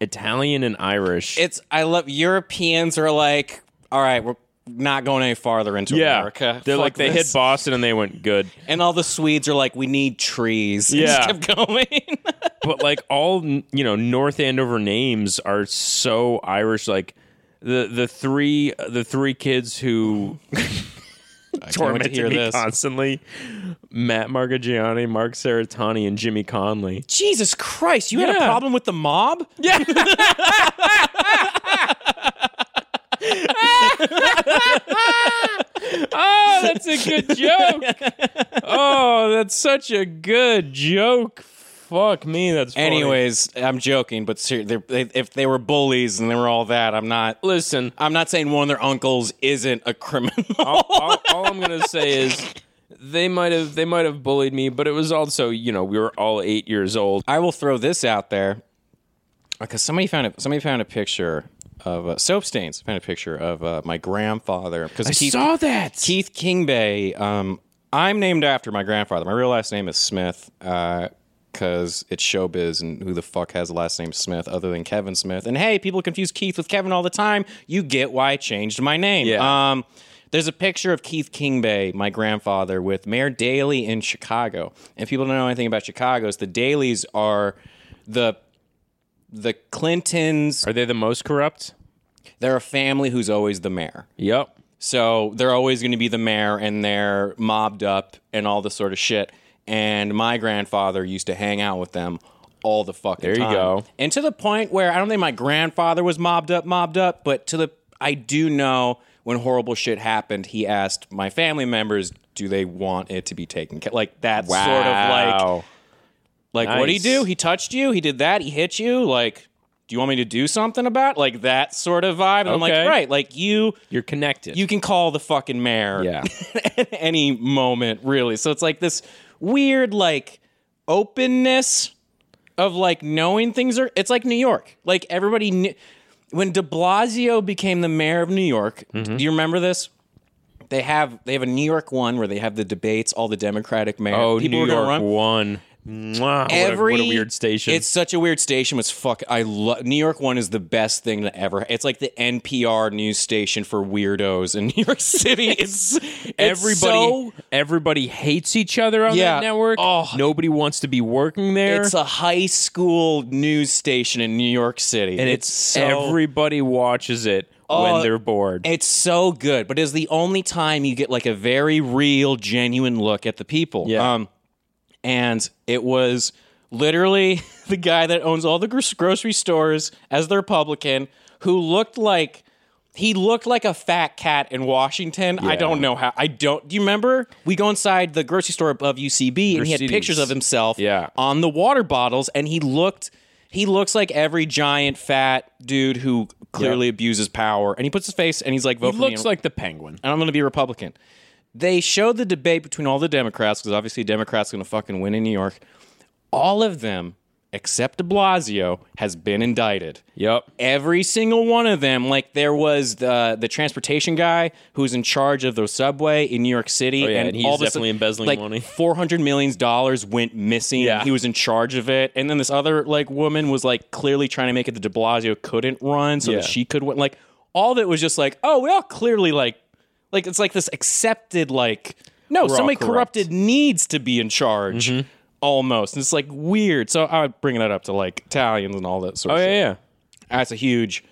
S2: Italian and Irish.
S1: it's I love Europeans are like, "All right, we're not going any farther into
S2: yeah,
S1: America."
S2: they're
S1: Fuck
S2: like they hit
S1: this.
S2: Boston and they went good.
S1: and all the Swedes are like, "We need trees." And
S2: Yeah.
S1: just kept going.
S2: but like all you know north andover names are so irish like the the three the three kids who
S1: wait to
S2: tormented
S1: hear
S2: me
S1: this.
S2: constantly matt margagiani mark Saratani, and jimmy conley
S1: Jesus Christ, you had a
S2: Yeah.
S1: problem with the mob?
S2: oh that's a good joke oh that's such a good joke fuck me that's funny.
S1: Anyways, I'm joking, but ser- they're- they, if they were bullies and they were all that, I'm not.
S2: listen
S1: I'm not saying one of their uncles isn't a criminal.
S2: all, all I'm gonna say is they might have they might have bullied me, but it was also you know we were all eight years old.
S1: I will throw this out there because somebody found a, somebody found a picture of uh, soap stains. Found a picture of uh, my grandfather because Keith,
S2: that.
S1: Keith Kingbay. Um, I'm named after my grandfather. My real last name is Smith. Uh, because it's showbiz, and who the fuck has the last name Smith other than Kevin Smith? And hey, people confuse Keith with Kevin all the time. You get why I changed my name.
S2: Yeah.
S1: Um, there's a picture of Keith Kingbay, my grandfather, with Mayor Daley in Chicago. If people don't know anything about Chicago, is the Daleys are the the Clintons
S2: Are they the most corrupt?
S1: they're a family who's always the mayor.
S2: Yep.
S1: So they're always going to be the mayor and they're mobbed up and all this sort of shit. And my grandfather used to hang out with them all the fucking
S2: There you
S1: time.
S2: go.
S1: And to the point where I don't think my grandfather was mobbed up, mobbed up, but to the I do know when horrible shit happened, he asked my family members, "Do they want it to be taken care?" Like that sort of like,
S2: Wow.
S1: like what would he
S2: Nice.
S1: do? He touched you. He did that. He hit you. Like, do you want me to do something about it? like that sort of vibe? And I'm like,
S2: Okay.
S1: right, like you
S2: you're connected.
S1: you can call the fucking mayor
S2: Yeah.
S1: at any moment, really. So it's like this weird, like, openness of like knowing things are. It's like New York. Like, everybody knew. When de Blasio became the mayor of New York,
S2: Mm-hmm.
S1: do you remember this? They have they have a New York one where they have the debates, all the Democratic mayor
S2: oh,
S1: people
S2: New
S1: were gonna
S2: York
S1: run.
S2: one. Mwah, what a-
S1: Every
S2: what a weird station.
S1: It's such a weird station. It's fuck. I love New York. One is the best thing to ever. It's like the NPR news station for weirdos in New York City. It's, it's
S2: everybody
S1: so-
S2: everybody hates each other on
S1: Yeah.
S2: that network.
S1: Oh.
S2: Nobody wants to be working there.
S1: it's a high school news station in New York City,
S2: and
S1: it's,
S2: it's,
S1: so
S2: everybody watches it
S1: Oh,
S2: when they're bored.
S1: it's so good. But it's the only time you get like a very real, genuine look at the people.
S2: Yeah.
S1: Um, and it was literally the guy that owns all the gro- grocery stores as their publican who looked like he looked like a fat cat in Washington. I
S2: Yeah.
S1: don't know how. I don't. Do you remember? We go inside the grocery store above UCB, and he had
S2: Gracie's.
S1: pictures of himself
S2: Yeah.
S1: on the water bottles, and he looked. He looks like every giant fat dude who clearly abuses power, and he puts his face and he's like, "Vote for
S2: It
S1: me."
S2: looks like the penguin.
S1: and I'm going to be a Republican. They showed the debate between all the Democrats because obviously Democrats going to fucking win in New York. All of them, except De Blasio, has been indicted.
S2: Yep.
S1: Every single one of them. Like there was the the transportation guy who's in charge of the subway in New York City,
S2: Oh, yeah, and he's
S1: all of a
S2: definitely
S1: sudden,
S2: embezzling
S1: like,
S2: money.
S1: Four hundred million dollars went missing.
S2: Yeah.
S1: he was in charge of it. And then this other like woman was like clearly trying to make it that De Blasio couldn't run, so
S2: Yeah.
S1: that she could win. Like all that was just like, oh, we all clearly like, like it's like this accepted like, no,
S2: all
S1: somebody
S2: corrupt. Mm-hmm.
S1: corrupted needs to be in charge. Almost, and it's like weird. So I would bring that up to like Italians and all that sort
S2: Oh
S1: of
S2: yeah,
S1: shit.
S2: yeah.
S1: That's a huge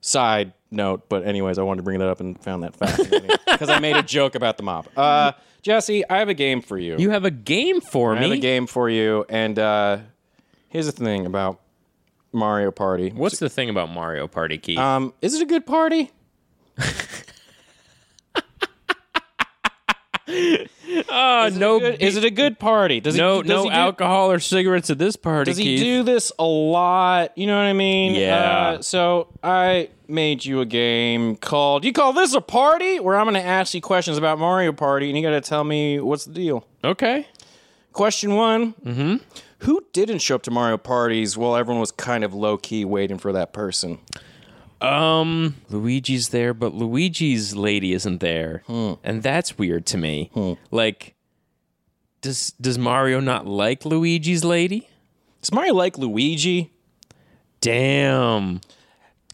S1: side note, but anyways, I wanted to bring that up and found that fascinating because I made a joke about the mob. Uh, Jesse, I have a game for you.
S2: You have a game for
S1: I have
S2: me.
S1: a game for you, and uh, here's the thing about Mario Party.
S2: What's the thing about Mario Party Key?
S1: Um, is it a good party?
S2: no,
S1: Is it a good party? Does
S2: no,
S1: he, does
S2: no
S1: he do,
S2: alcohol or cigarettes at this party.
S1: Does he do this a lot? You know what I mean?
S2: Yeah.
S1: Uh, so I made you a game called "You Call This a Party," where I'm going to ask you questions about Mario Party, and you got to tell me what's the deal.
S2: okay.
S1: Question one
S2: Mm-hmm.
S1: Who didn't show up to Mario parties while everyone was kind of low key waiting for that person?
S2: Um, Luigi's there, but Luigi's lady isn't there,
S1: Hmm.
S2: and that's weird to me. Like, does does Mario not like Luigi's lady?
S1: Does Mario like Luigi?
S2: Damn.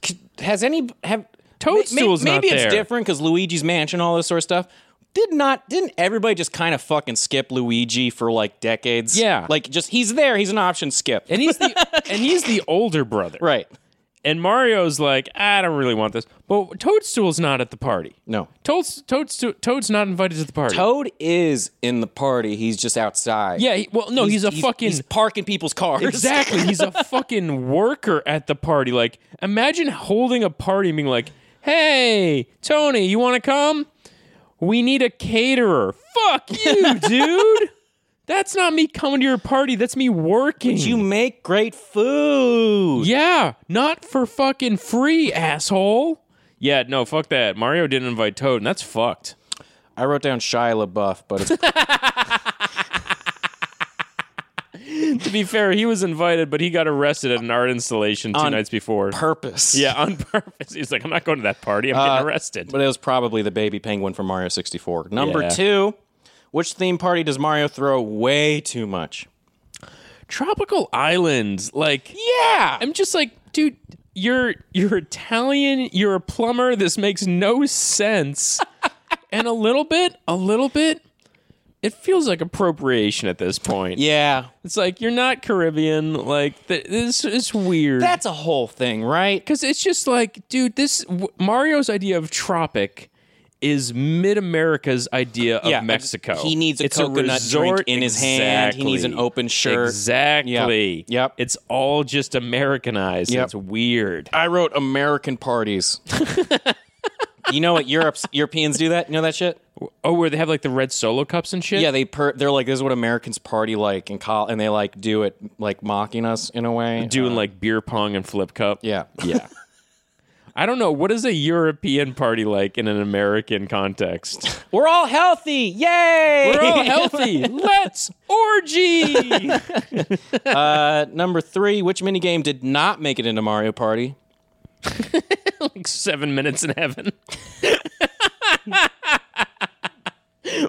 S1: C- Has any have
S2: Toadstool's
S1: Maybe,
S2: not
S1: maybe
S2: there.
S1: it's different because Luigi's Mansion, all this sort of stuff. Did not didn't everybody just kind of fucking skip Luigi for like decades?
S2: Yeah.
S1: like just he's there. He's an option skip.
S2: And he's the and he's the older brother.
S1: right.
S2: And Mario's like, "Ah, I don't really want this. But Toadstool's not at the party.
S1: No.
S2: Toad's Toadstool, Toad's not invited to the party.
S1: Toad is in the party. He's just outside.
S2: yeah, he, well, no, he's, a fucking
S1: he's parking people's cars.
S2: Exactly. He's a fucking worker at the party. Like, imagine holding a party and being like, hey, Tony, you want to come? We need a caterer. Fuck you, dude. That's not me coming to your party. That's me working.
S1: You make great food.
S2: yeah, not for fucking free, asshole. Yeah, no, fuck that. Mario didn't invite Toad, and that's fucked.
S1: I wrote down Shia LaBeouf, but it's
S2: To be fair, he was invited, but he got arrested at an art installation two
S1: On
S2: nights before.
S1: purpose.
S2: yeah, on purpose. He's like, I'm not going to that party. I'm getting arrested.
S1: But it was probably the baby penguin from Mario 64. Number
S2: Yeah.
S1: two, which theme party does Mario throw way too much?
S2: tropical islands like
S1: Yeah.
S2: i'm just like dude you're you're italian you're a plumber this makes no sense and a little bit a little bit it feels like appropriation at this point.
S1: Yeah.
S2: It's like you're not Caribbean. Like th- this is weird.
S1: That's a whole thing, right?
S2: Because it's just like, dude, this w- Mario's idea of tropic is Mid America's idea of
S1: Yeah,
S2: Mexico.
S1: he needs a
S2: it's
S1: coconut drink
S2: resort-
S1: in his hand. He needs an
S2: Exactly.
S1: open shirt.
S2: Exactly.
S1: Yep. Yep.
S2: It's all just Americanized.
S1: Yep.
S2: It's weird.
S1: I wrote American parties. you know what Europe's Europeans do that? You know that shit?
S2: Oh, where they have like the red solo cups and shit.
S1: Yeah, they per- they're like this is what Americans party like in col- and they like do it like mocking us in a way.
S2: doing like beer pong and flip cup.
S1: yeah.
S2: Yeah. I don't know what is a European party like in an American context.
S1: We're all healthy. Yay!
S2: We're all healthy. Let's orgy.
S1: At number 3, which minigame did not make it into Mario Party?
S2: like seven minutes in heaven.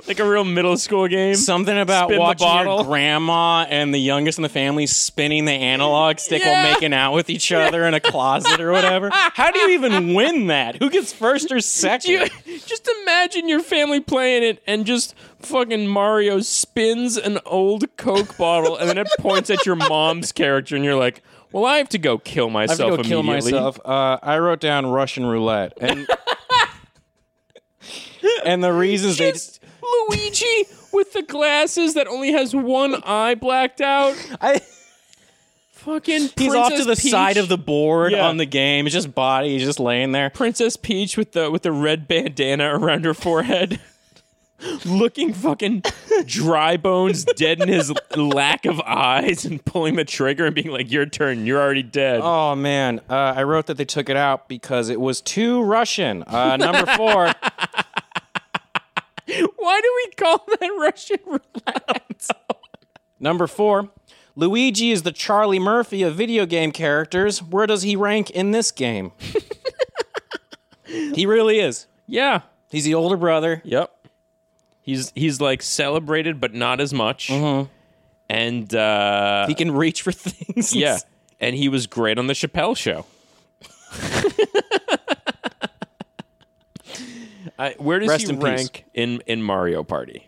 S2: like a real middle school game.
S1: Something about
S2: Spin the
S1: watching
S2: bottle.
S1: your grandma and the youngest in the family spinning the analog stick
S2: Yeah.
S1: while making out with each other in a closet or whatever. How do you even win that? Who gets first or second?
S2: You- just imagine your family playing it and just fucking Mario spins an old Coke bottle and then it points at your mom's character and you're like, well, I have to go kill myself
S1: I have to go kill
S2: immediately.
S1: myself. Uh, I wrote down Russian roulette, and and the reasons they
S2: Just Luigi with the glasses that only has one eye blacked out.
S1: I,
S2: Fucking
S1: he's
S2: Princess
S1: off to the
S2: Peach.
S1: side of the board
S2: Yeah.
S1: on the game. It's just body. He's just laying there.
S2: Princess Peach with the with the red bandana around her forehead, looking fucking dry bones, dead in his lack of eyes, and pulling the trigger and being like, "Your turn. You're already dead."
S1: Oh man, uh, I wrote that they took it out because it was too Russian. Uh, number four,
S2: Why do we call that Russian roulette?
S1: number four. Luigi is the Charlie Murphy of video game characters. Where does he rank in this game? he really is.
S2: yeah.
S1: He's the older brother.
S2: Yep. He's he's like celebrated, but not as much. And uh,
S1: He can reach for things. and
S2: yeah, and he was great on the Chappelle Show. I, where does
S1: Rest
S2: he
S1: in peace.
S2: rank in in Mario Party,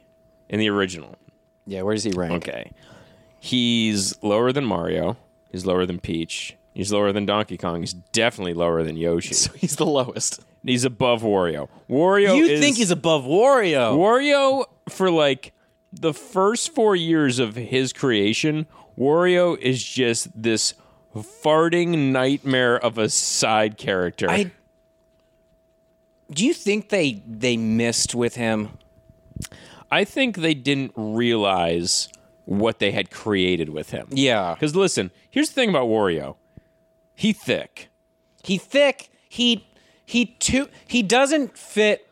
S2: in the original?
S1: Yeah, where does he rank?
S2: Okay, he's lower than Mario. He's lower than Peach. He's lower than Donkey Kong. He's definitely lower than Yoshi.
S1: So he's the lowest.
S2: He's above Wario. Wario.
S1: You
S2: is,
S1: think he's above Wario?
S2: Wario for like the first four years of his creation, Wario is just this farting nightmare of a side character.
S1: I Do you think they they missed with him?
S2: I think they didn't realize what they had created with him.
S1: Yeah.
S2: Because listen, here's the thing about Wario. He thick.
S1: He thick. He he too he doesn't fit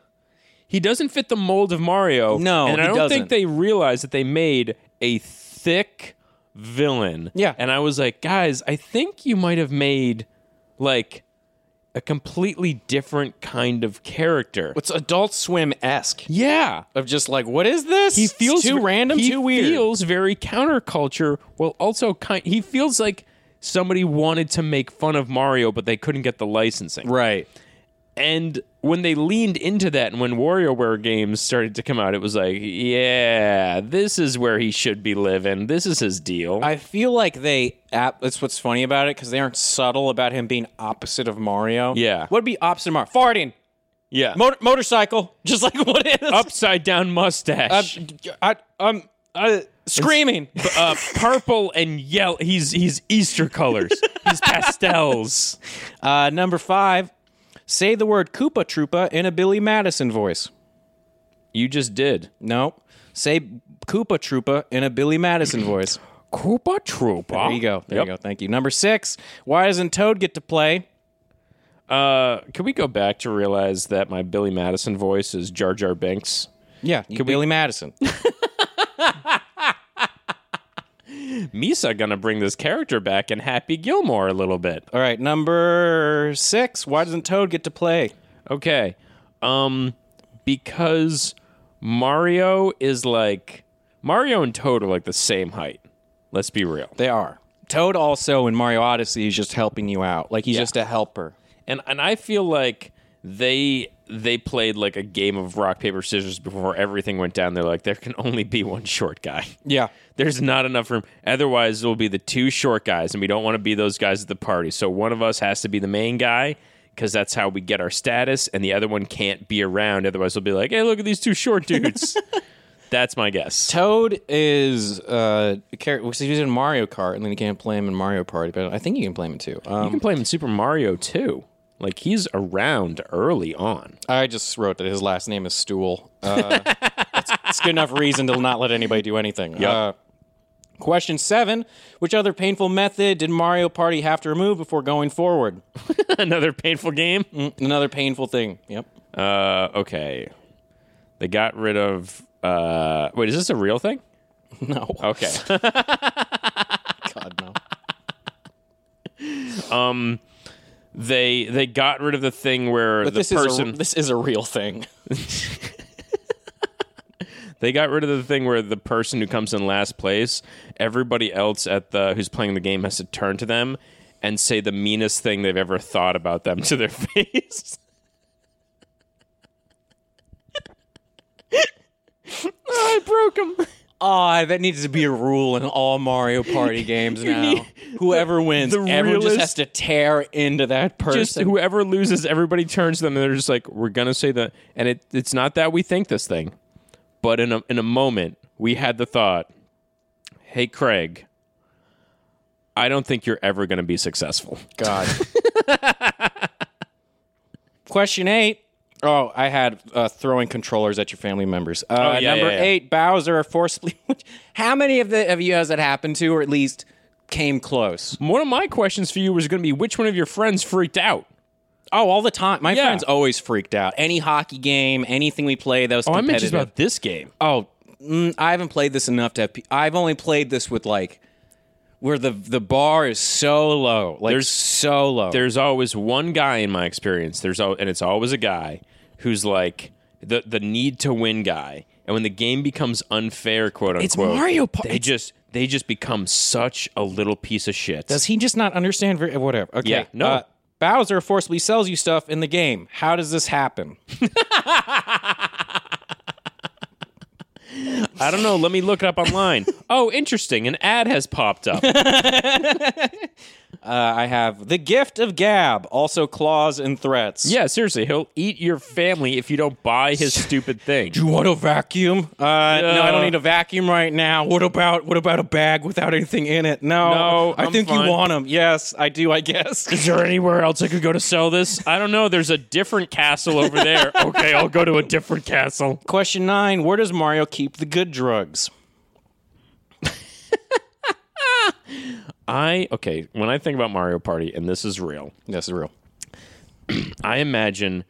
S2: He doesn't fit the mold of Mario.
S1: No,
S2: and I
S1: he
S2: don't
S1: doesn't.
S2: think they realized that they made a thick villain.
S1: Yeah.
S2: and I was like, guys, I think you might have made like a completely different kind of character.
S1: it's adult swim esque.
S2: yeah,
S1: Of just like, what is this? He feels too random,
S2: he
S1: too weird.
S2: Feels very counterculture. Well, also kind. He feels like somebody wanted to make fun of Mario, but they couldn't get the licensing.
S1: right.
S2: And when they leaned into that, and when WarioWare games started to come out, it was like, yeah, this is where he should be living. This is his deal.
S1: I feel like they app that's what's funny about it, because they aren't subtle about him being opposite of Mario.
S2: Yeah.
S1: What'd be opposite of Mario? Farting.
S2: yeah,
S1: Motor- motorcycle. Just like what is
S2: upside down mustache,
S1: I, I'm uh, screaming.
S2: uh, purple and yellow. He's he's Easter colors. he's pastels.
S1: Uh, number five, say the word Koopa Troopa in a Billy Madison voice.
S2: You just did
S1: No, say Koopa Troopa in a Billy Madison voice.
S2: Koopa Troopa.
S1: There you go. There you go. Thank you. Number six, why doesn't Toad get to play?
S2: Uh, can we go back to realize that my Billy Madison voice is Jar Jar Binks?
S1: Yeah, Billy Madison.
S2: Misa gonna bring this character back in Happy Gilmore a little bit.
S1: All right, number six, why doesn't Toad get to play?
S2: Okay. Um because Mario is like Mario and Toad are like the same height. Let's be real.
S1: They are. Toad also in Mario Odyssey is just helping you out. Like he's just a helper.
S2: And and I feel like they they played like a game of rock paper scissors before everything went down. They're like, there can only be one short guy.
S1: Yeah.
S2: There's not enough room. Otherwise, it'll be the two short guys, and we don't want to be those guys at the party. So one of us has to be the main guy because that's how we get our status, and the other one can't be around. Otherwise, we'll be like, hey, look at these two short dudes. that's my guess.
S1: Toad is uh a character because he was in Mario Kart, and then you can't play him in Mario Party, but I think you can play him in two.
S2: You
S1: Um,
S2: can play him in Super Mario too. Like he's around early on.
S1: I just wrote that his last name is Stool. Uh, it's, good enough reason to not let anybody do anything. Uh, question seven: Which other painful method did Mario Party have to remove before going forward?
S2: Another painful game.
S1: Another painful thing. Yep.
S2: Uh, okay. They got rid of. Uh, wait, is this a real thing?
S1: No.
S2: Okay.
S1: Oh, God no.
S2: they they got rid of the thing where the
S1: this
S2: person
S1: is a, this is a real thing.
S2: they got rid of the thing where the person who comes in last place, everybody else at the who's playing the game has to turn to them and say the meanest thing they've ever thought about them to their face. oh, I broke him.
S1: Ah, that needs to be a rule in all Mario Party games now. Whoever wins,
S2: the
S1: everyone just
S2: realest-
S1: has to tear into that person.
S2: Just whoever loses, everybody turns to them and they're just like, "We're gonna say that." And it, it's not that we think this thing, but in a in a moment, we had the thought, "Hey, Craig, I don't think you're ever gonna be successful."
S1: God. Question eight. Oh, I had uh, throwing controllers at your family members. Uh,
S2: yeah,
S1: number
S2: yeah, yeah.
S1: eight, Bowser forcibly. How many of the of you has that happened to, or at least came close?
S2: One of my questions for you was going to be which one of your friends freaked out.
S1: Oh, all the time. My
S2: Yeah.
S1: friends always freaked out. Any hockey game, anything we play, that was
S2: Oh, I meant
S1: competitive.
S2: just about this game.
S1: Oh, mm, I haven't played this enough to. Have pe- I've only played this with like where the the bar is so low, like
S2: There's-
S1: so low.
S2: There's always one guy in my experience. There's al- and it's always a guy who's like the the need to win guy. And when the game becomes unfair, quote unquote,
S1: It's Mario Party.
S2: They just they just become such a little piece of shit.
S1: Does he just not understand? ver- Whatever. Okay. Uh,
S2: Yeah, no.
S1: Bowser forcibly sells you stuff in the game. How does this happen?
S2: I don't know. Let me look it up online. oh, interesting. An ad has popped up.
S1: Uh, I have the gift of gab, also claws and threats.
S2: yeah, seriously, he'll eat your family if you don't buy his stupid thing.
S1: Do you want a vacuum? Uh, No, I
S2: Yeah.
S1: don't need a vacuum right now. What about what about a bag without anything in it? No,
S2: No,
S1: I
S2: I'm
S1: think
S2: fine.
S1: you want them. Yes, I do. I guess.
S2: Is there anywhere else I could go to sell this? I don't know. There's a different castle over there. Okay, I'll go to a different castle.
S1: Question nine: Where does Mario keep the good drugs?
S2: I okay, when I think about Mario Party and this is real,
S1: That's real.
S2: I imagine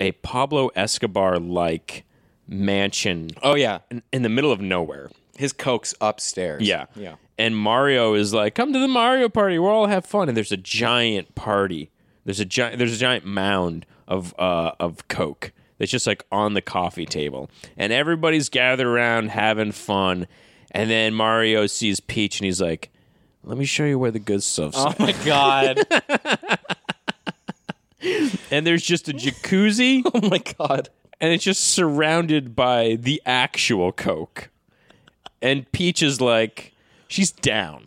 S2: a Pablo Escobar like mansion
S1: Oh yeah,
S2: in the middle of nowhere.
S1: his coke's upstairs.
S2: Yeah.
S1: yeah.
S2: And Mario is like, "Come to the Mario Party. We'll all have fun." And there's a giant party. There's a giant. There's a giant mound of uh of Coke that's just like on the coffee table, and everybody's gathered around having fun. And then Mario sees Peach, and he's like, "Let me show you where the good stuff's."
S1: Oh my god.
S2: at." And there's just a jacuzzi,
S1: oh my god.
S2: and it's just surrounded by the actual Coke. And Peach is like, she's down.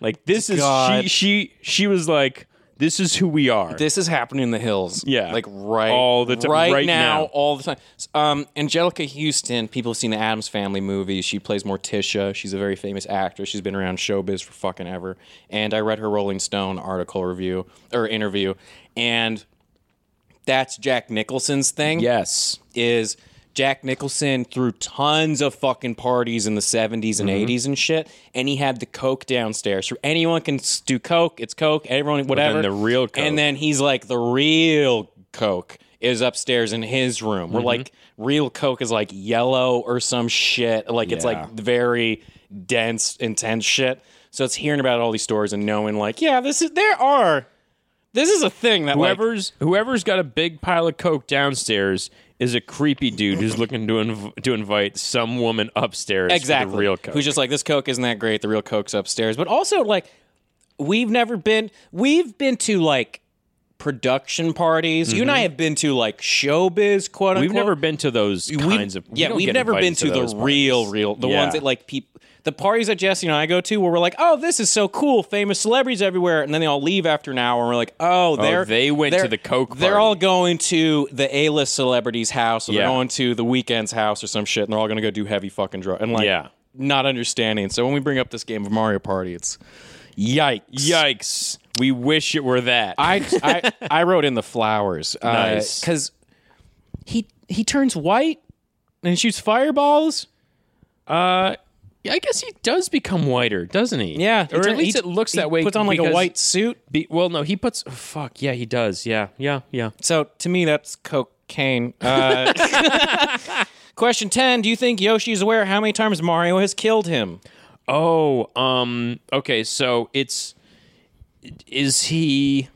S2: Like this is she
S1: God.
S2: she she was like, this is who we are.
S1: This is happening in the hills.
S2: Yeah.
S1: Like right
S2: All the ti-
S1: right,
S2: right
S1: now,
S2: now.
S1: all the time. S- Um, Angelica Houston, people have seen the Adams Family movie. She plays Morticia. She's a very famous actress. She's been around showbiz for fucking ever. And I read her Rolling Stone article review or interview and that's Jack Nicholson's thing
S2: yes.
S1: is Jack Nicholson threw tons of fucking parties in the 70s
S2: Mm-hmm.
S1: and 80s and shit, and he had the coke downstairs. So anyone can s- do coke, it's coke, everyone, whatever.
S2: the real Coke.
S1: And then he's like, the real coke is upstairs in his room.
S2: Mm-hmm.
S1: Where like, real coke is like yellow or some shit. Like, it's
S2: Yeah.
S1: like very dense, intense shit. So it's hearing about all these stories and knowing, like, yeah, this is, there are, this is a thing that whoever.
S2: Whoever's whoever's got a big pile of coke downstairs is a creepy dude who's looking to inv- to invite some woman upstairs for the
S1: exactly
S2: real coke.
S1: who's just like this coke isn't that great the real coke's upstairs but also like we've never been we've been to like production parties. You and I have been to like showbiz, quote unquote.
S2: Mm-hmm. We've never been to those kinds of. we
S1: yeah.
S2: don't
S1: We've
S2: get
S1: never
S2: invited
S1: been to, the
S2: those parties.
S1: real, real the
S2: Yeah.
S1: ones that like people. The parties that Jesse and I go to, where we're like, "Oh, this is so cool! Famous celebrities everywhere," and then they all leave after an hour, and we're like, "Oh, they're
S2: they went to
S1: they're-
S2: the Coke
S1: They're
S2: party."
S1: all going to the A-list celebrity's house, or
S2: Yeah.
S1: they're going to the weekend's house, or some shit, and they're all going to go do heavy fucking drugs, and like,
S2: Yeah.
S1: not understanding. So when we bring up this game of Mario Party, it's yikes,
S2: Yikes! We wish it were that.
S1: I, I I wrote in the flowers
S2: Nice.
S1: because he he turns white and shoots fireballs.
S2: Yeah, I guess he does become whiter, doesn't he?
S1: Yeah,
S2: or
S1: he
S2: at
S1: turn-
S2: least
S1: he-
S2: it looks
S1: he
S2: that way.
S1: Puts on like a
S2: because-
S1: white suit.
S2: Be, well, no, he puts. oh, Fuck yeah, he does. Yeah, yeah, yeah.
S1: So to me, that's cocaine. Uh, question ten: Do you think Yoshi is aware how many times Mario has killed him?
S2: Oh, um. Okay, so it's is he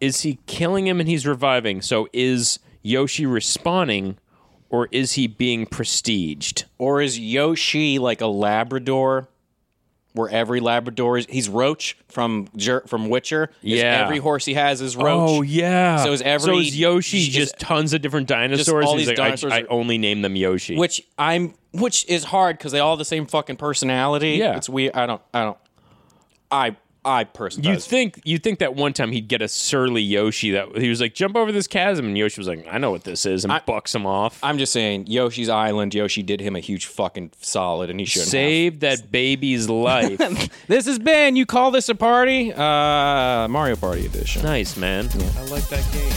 S2: is he killing him and he's reviving? So is Yoshi respawning, or is he being prestiged?
S1: Or is Yoshi like a Labrador, where every Labrador is he's Roach from Jer- from Witcher? Is
S2: Yeah.
S1: every horse he has is Roach.
S2: Oh, yeah.
S1: So is every-
S2: so is Yoshi
S1: is-
S2: just tons of different dinosaurs?
S1: all
S2: He's
S1: these
S2: like, I-
S1: dinosaurs
S2: I,
S1: are-
S2: only name them Yoshi.
S1: which I'm which is hard because they all have the same fucking personality.
S2: Yeah.
S1: it's weird. I don't. I don't. I I personally.
S2: You think you think that one time he'd get a surly Yoshi that he was like jump over this chasm and Yoshi was like I know what this is and bucks him off.
S1: I'm just saying, Yoshi's Island. Yoshi did him a huge fucking solid, and he shouldn't.
S2: Saved that baby's life.
S1: have. This has been. You call this a party? Uh, Mario Party Edition.
S2: nice man. I like that game.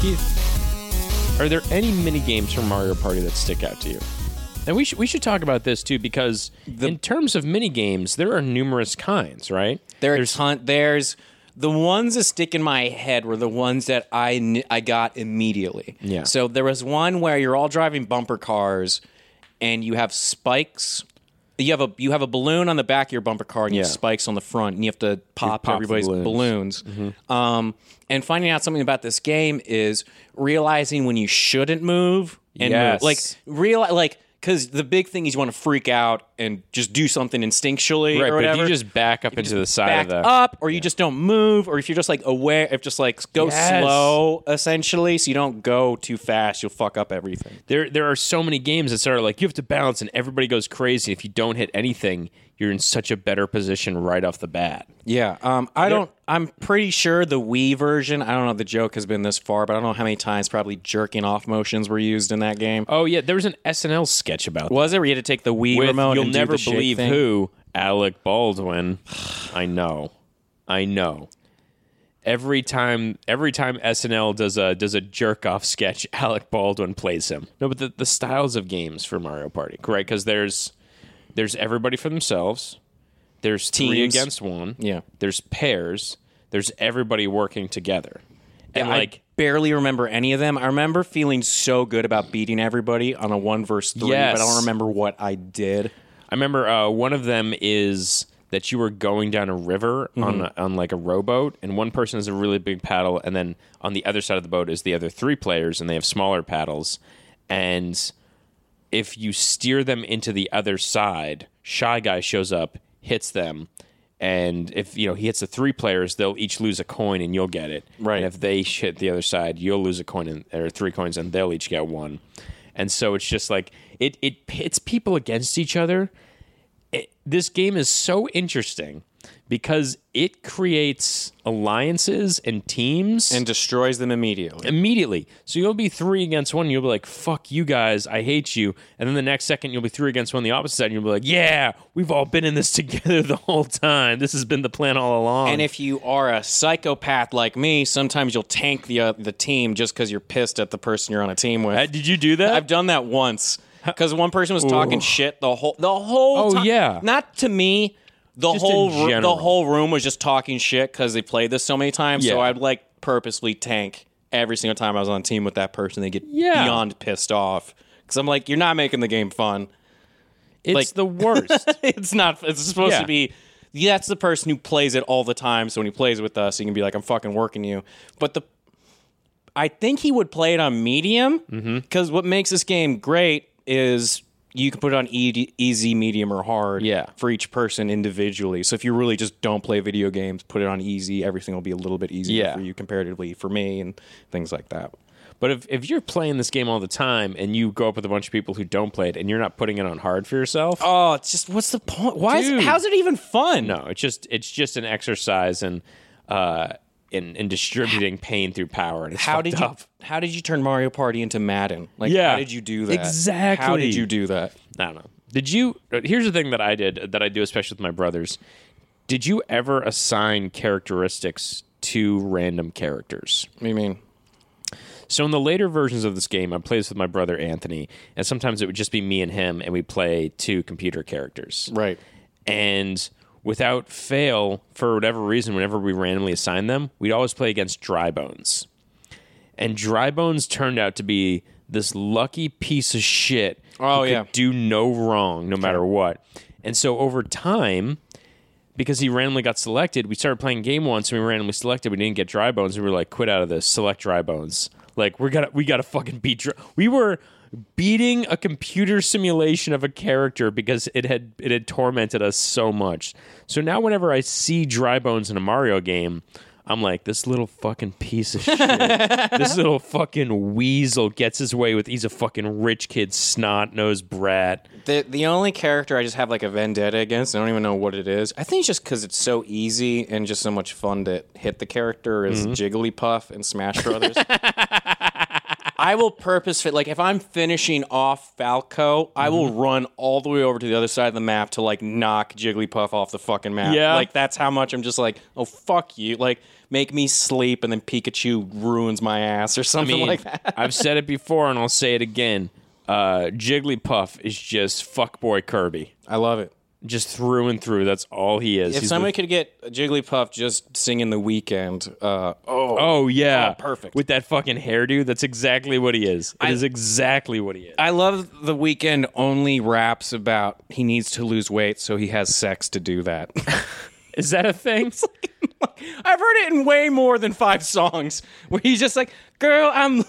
S2: Keith, are there any mini games from Mario Party that stick out to you? And we should we should talk about this too because in terms of mini games, there are numerous kinds, right?
S1: There
S2: There's
S1: there's ton, there's the ones that stick in my head were the ones that I kn- I got immediately.
S2: Yeah.
S1: So there was one where you're all driving bumper cars, and you have spikes. You have a you have a balloon on the back of your bumper car, and you have
S2: Yeah.
S1: spikes on the front, and you have to pop,
S2: pop the
S1: everybody's
S2: balloons. Mm-hmm.
S1: balloons. Um, and finding out something about this game is realizing when you shouldn't move and
S2: Yes.
S1: move. like real like. Because the big thing is you want to freak out and just do something instinctually
S2: right,
S1: or
S2: but if
S1: whatever
S2: you just back up into the side
S1: back
S2: of the
S1: up, or you just don't move, or if you're just like aware, if just like go
S2: Yes.
S1: slow essentially, so you don't go too fast, you'll fuck up everything.
S2: there there are so many games that start like you have to balance and everybody goes crazy. If you don't hit anything, you're in such a better position right off the bat.
S1: Yeah, um, I don't. I'm pretty sure the Wii version. I don't know. if The joke has been this far, but I don't know how many times probably jerking off motions were used in that game.
S2: Oh yeah, there was an SNL sketch about that.
S1: Was it where you had to take the Wii
S2: With
S1: remote?
S2: you'll
S1: and do
S2: never
S1: the shake
S2: believe
S1: thing?
S2: who Alec Baldwin. I know, I know. Every time, every time SNL does a does a jerk off sketch, Alec Baldwin plays him. No, but the, the styles of games for Mario Party, correct? Because there's there's everybody for themselves. There's three
S1: Teams.
S2: against one.
S1: Yeah.
S2: There's pairs. There's everybody working together. And
S1: Like.
S2: like
S1: I barely remember any of them. I remember feeling so good about beating everybody on a one versus three,
S2: Yes.
S1: but I don't remember what I did.
S2: I remember uh, one of them is that you were going down a river on a, on like a rowboat, and one person has a really big paddle, and then on the other side of the boat is the other three players, and they have smaller paddles, and if you steer them into the other side, shy guy shows up, hits them. And if you know he hits the three players, they'll each lose a coin, and you'll get it.
S1: Right.
S2: And if they hit the other side, you'll lose a coin and, or three coins, and they'll each get one. And so it's just like it it pits people against each other. It, this game is so interesting because it creates alliances and teams
S1: And destroys them immediately.
S2: immediately. So you'll be three against one. You'll be like, "Fuck you guys, I hate you." And then the next second, you'll be three against one, the opposite side, and you'll be like, "Yeah, we've all been in this together the whole time. This has been the plan all along."
S1: And if you are a psychopath like me, sometimes you'll tank the uh, the team just because you're pissed at the person you're on a team with.
S2: Uh, did you do that?
S1: I've done that once because one person was talking shit the whole the whole.
S2: Oh,
S1: time.
S2: yeah.
S1: not to me. The
S2: Just in
S1: whole ro- the
S2: general.
S1: whole room was just talking shit because they played this so many times. So
S2: Yeah.
S1: I'd like purposely tank every single time I was on a team with that person. They get
S2: Yeah.
S1: beyond pissed off because I'm like, you're not making the game fun.
S2: it's
S1: like-
S2: the worst.
S1: it's not. It's supposed
S2: Yeah.
S1: to be that's the person who plays it all the time. So when he plays with us, he can be like, "I'm fucking working you." But the I think he would play it on medium because what makes this game great is you can put it on e- easy, medium, or hard
S2: Yeah.
S1: for each person individually. So if you really just don't play video games, put it on easy. Everything will be a little bit easier
S2: Yeah.
S1: for you comparatively for me and things like that.
S2: But if, if you're playing this game all the time and you go up with a bunch of people who don't play it and you're not putting it on hard for yourself,
S1: Oh, it's just what's the point? Why
S2: Dude.
S1: is how's it even fun?
S2: no, it's just it's just an exercise in uh in, in distributing pain through power. And it's
S1: How
S2: fucked
S1: did you
S2: up.
S1: how did you turn Mario Party into Madden? Like
S2: Yeah.
S1: how did you do that? How
S2: Exactly.
S1: did you do that?
S2: I don't know. Did you? Here's the thing that I did that I do, especially with my brothers. Did you ever assign characteristics to random characters?
S1: What do you mean?
S2: So in the later versions of this game, I play this with my brother Anthony, and sometimes it would just be me and him, and we play two computer characters.
S1: Right.
S2: And without fail, for whatever reason, whenever we randomly assigned them, we'd always play against Dry Bones. And Dry Bones turned out to be this lucky piece of shit. who
S1: Oh,
S2: could
S1: yeah.
S2: do no wrong, no matter what. And so over time, because he randomly got selected, we started playing game once and we were randomly selected. We didn't get dry bones. We were like, quit out of this. Select dry bones. Like we got to we got to fucking beat. Dry- we were beating a computer simulation of a character because it had it had tormented us so much. So now whenever I see dry bones in a Mario game. I'm like this little fucking piece of shit. this little fucking weasel gets his way with he's a fucking rich kid snot nosed brat.
S1: The the only character I just have like a vendetta against, I don't even know what it is. I think it's just because it's so easy and just so much fun to hit the character is Jigglypuff and Smash Brothers. I will purpose fit like if I'm finishing off Falco, I will run all the way over to the other side of the map to like knock Jigglypuff off the fucking map.
S2: Yeah.
S1: Like that's how much I'm just like, oh fuck you. Like make me sleep and then Pikachu ruins my ass or something
S2: mean,
S1: like that.
S2: I've said it before and I'll say it again. Uh, Jigglypuff is just fuckboy Kirby.
S1: I love it.
S2: Just through and through. That's all he is.
S1: If
S2: He's
S1: somebody could get Jigglypuff just singing the weekend, uh, oh,
S2: the- oh, yeah.
S1: Oh, perfect.
S2: With that fucking hairdo, that's exactly what he is. It is exactly what he is.
S1: I love the weekend only raps about he needs to lose weight, so he has sex to do that.
S2: Is that a thing?
S1: I've heard it in way more than five songs where he's just like, "Girl, I'm."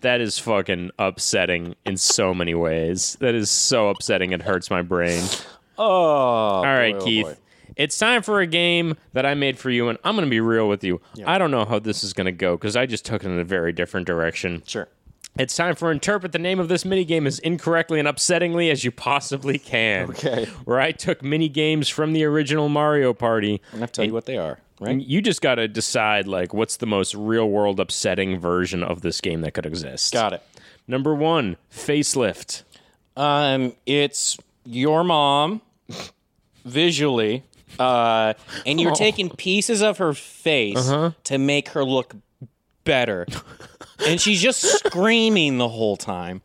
S2: that is fucking upsetting in so many ways. That is so upsetting. It hurts my brain.
S1: Oh, all
S2: All right, Keith. It's time for a game that I made for you, and I'm going to be real with you. I don't know how this is going to go because I just took it in a very different direction.
S1: Sure.
S2: It's time for interpret the name of this minigame as incorrectly and upsettingly as you possibly can.
S1: Okay.
S2: Where I took mini games from the original Mario Party.
S1: I'm gonna tell you what they are, right?
S2: You just got to decide like what's the most real world upsetting version of this game that could exist.
S1: Got it.
S2: Number 1, facelift.
S1: Um, it's your mom, visually, uh, and you're taking pieces of her face to make her look better, and she's just screaming the whole time,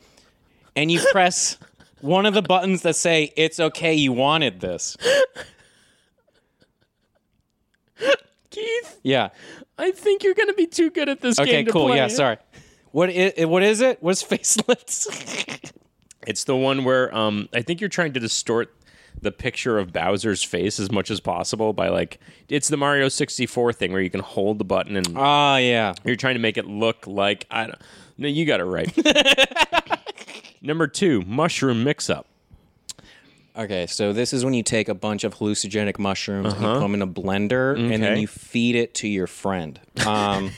S1: and you press one of the buttons that say "It's okay, you wanted this."
S2: Keith,
S1: Yeah.
S2: I think you're going to be too good at this
S1: Okay.
S2: game to
S1: Cool.
S2: play
S1: Yeah.
S2: it.
S1: Sorry. What is what is it? What's facelifts?
S2: It's the one where um, I think you're trying to distort the picture of Bowser's face as much as possible by like it's the Mario 64 thing where you can hold the button and
S1: Ah, yeah.
S2: you're trying to make it look like I don't. No, you got it right. Number two, mushroom mix-up.
S1: Okay, so this is when you take a bunch of hallucinogenic mushrooms and you put them in a blender, and then
S2: Uh-huh. Okay.
S1: you feed it to your friend. Um,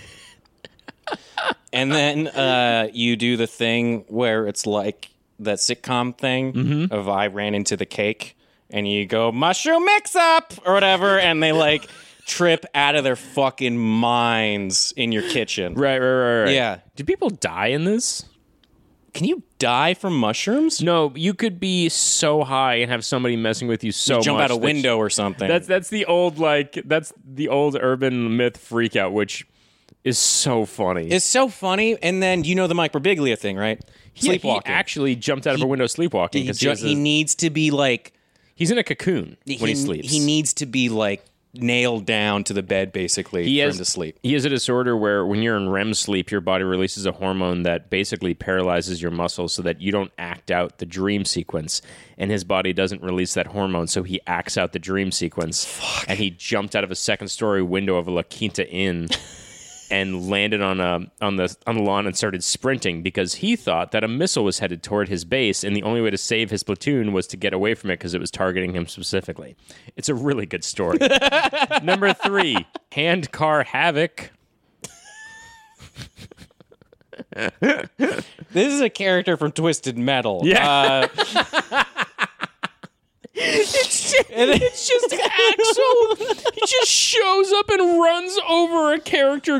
S1: and then uh, you do the thing where it's like that sitcom thing
S2: Mm-hmm.
S1: of I ran into the cake, and you go mushroom mix up or whatever, and they like trip out of their fucking minds in your kitchen.
S2: Right, right, right, right.
S1: Yeah.
S2: Do people die in this?
S1: Can you die from mushrooms?
S2: No, you could be so high and have somebody messing with you so
S1: Jump
S2: much
S1: out a
S2: that-
S1: window or something.
S2: That's that's the old like that's the old urban myth freakout, which is so funny.
S1: It's so funny. And then you know the microbiglia thing, right?
S2: Yeah,
S1: Sleepwalking.
S2: he actually jumped out of a window sleepwalking
S1: he,
S2: because
S1: ju- he needs to be like
S2: he's in a cocoon when he,
S1: n-
S2: sleeps.
S1: He needs to be like nailed down to the bed basically
S2: He
S1: for
S2: has
S1: him to sleep.
S2: He has a disorder where when you're in REM sleep, your body releases a hormone that basically paralyzes your muscles so that you don't act out the dream sequence. And his body doesn't release that hormone, so he acts out the dream sequence. And he jumped out of a second story window of a La Quinta Inn. And landed on a on the on the lawn and started sprinting because he thought that a missile was headed toward his base, and the only way to save his platoon was to get away from it because it was targeting him specifically. It's a really good story. Number three, hand car havoc.
S1: This is a character from Twisted Metal.
S2: Yeah.
S1: it's just Axel.
S2: he just shows up and runs over a character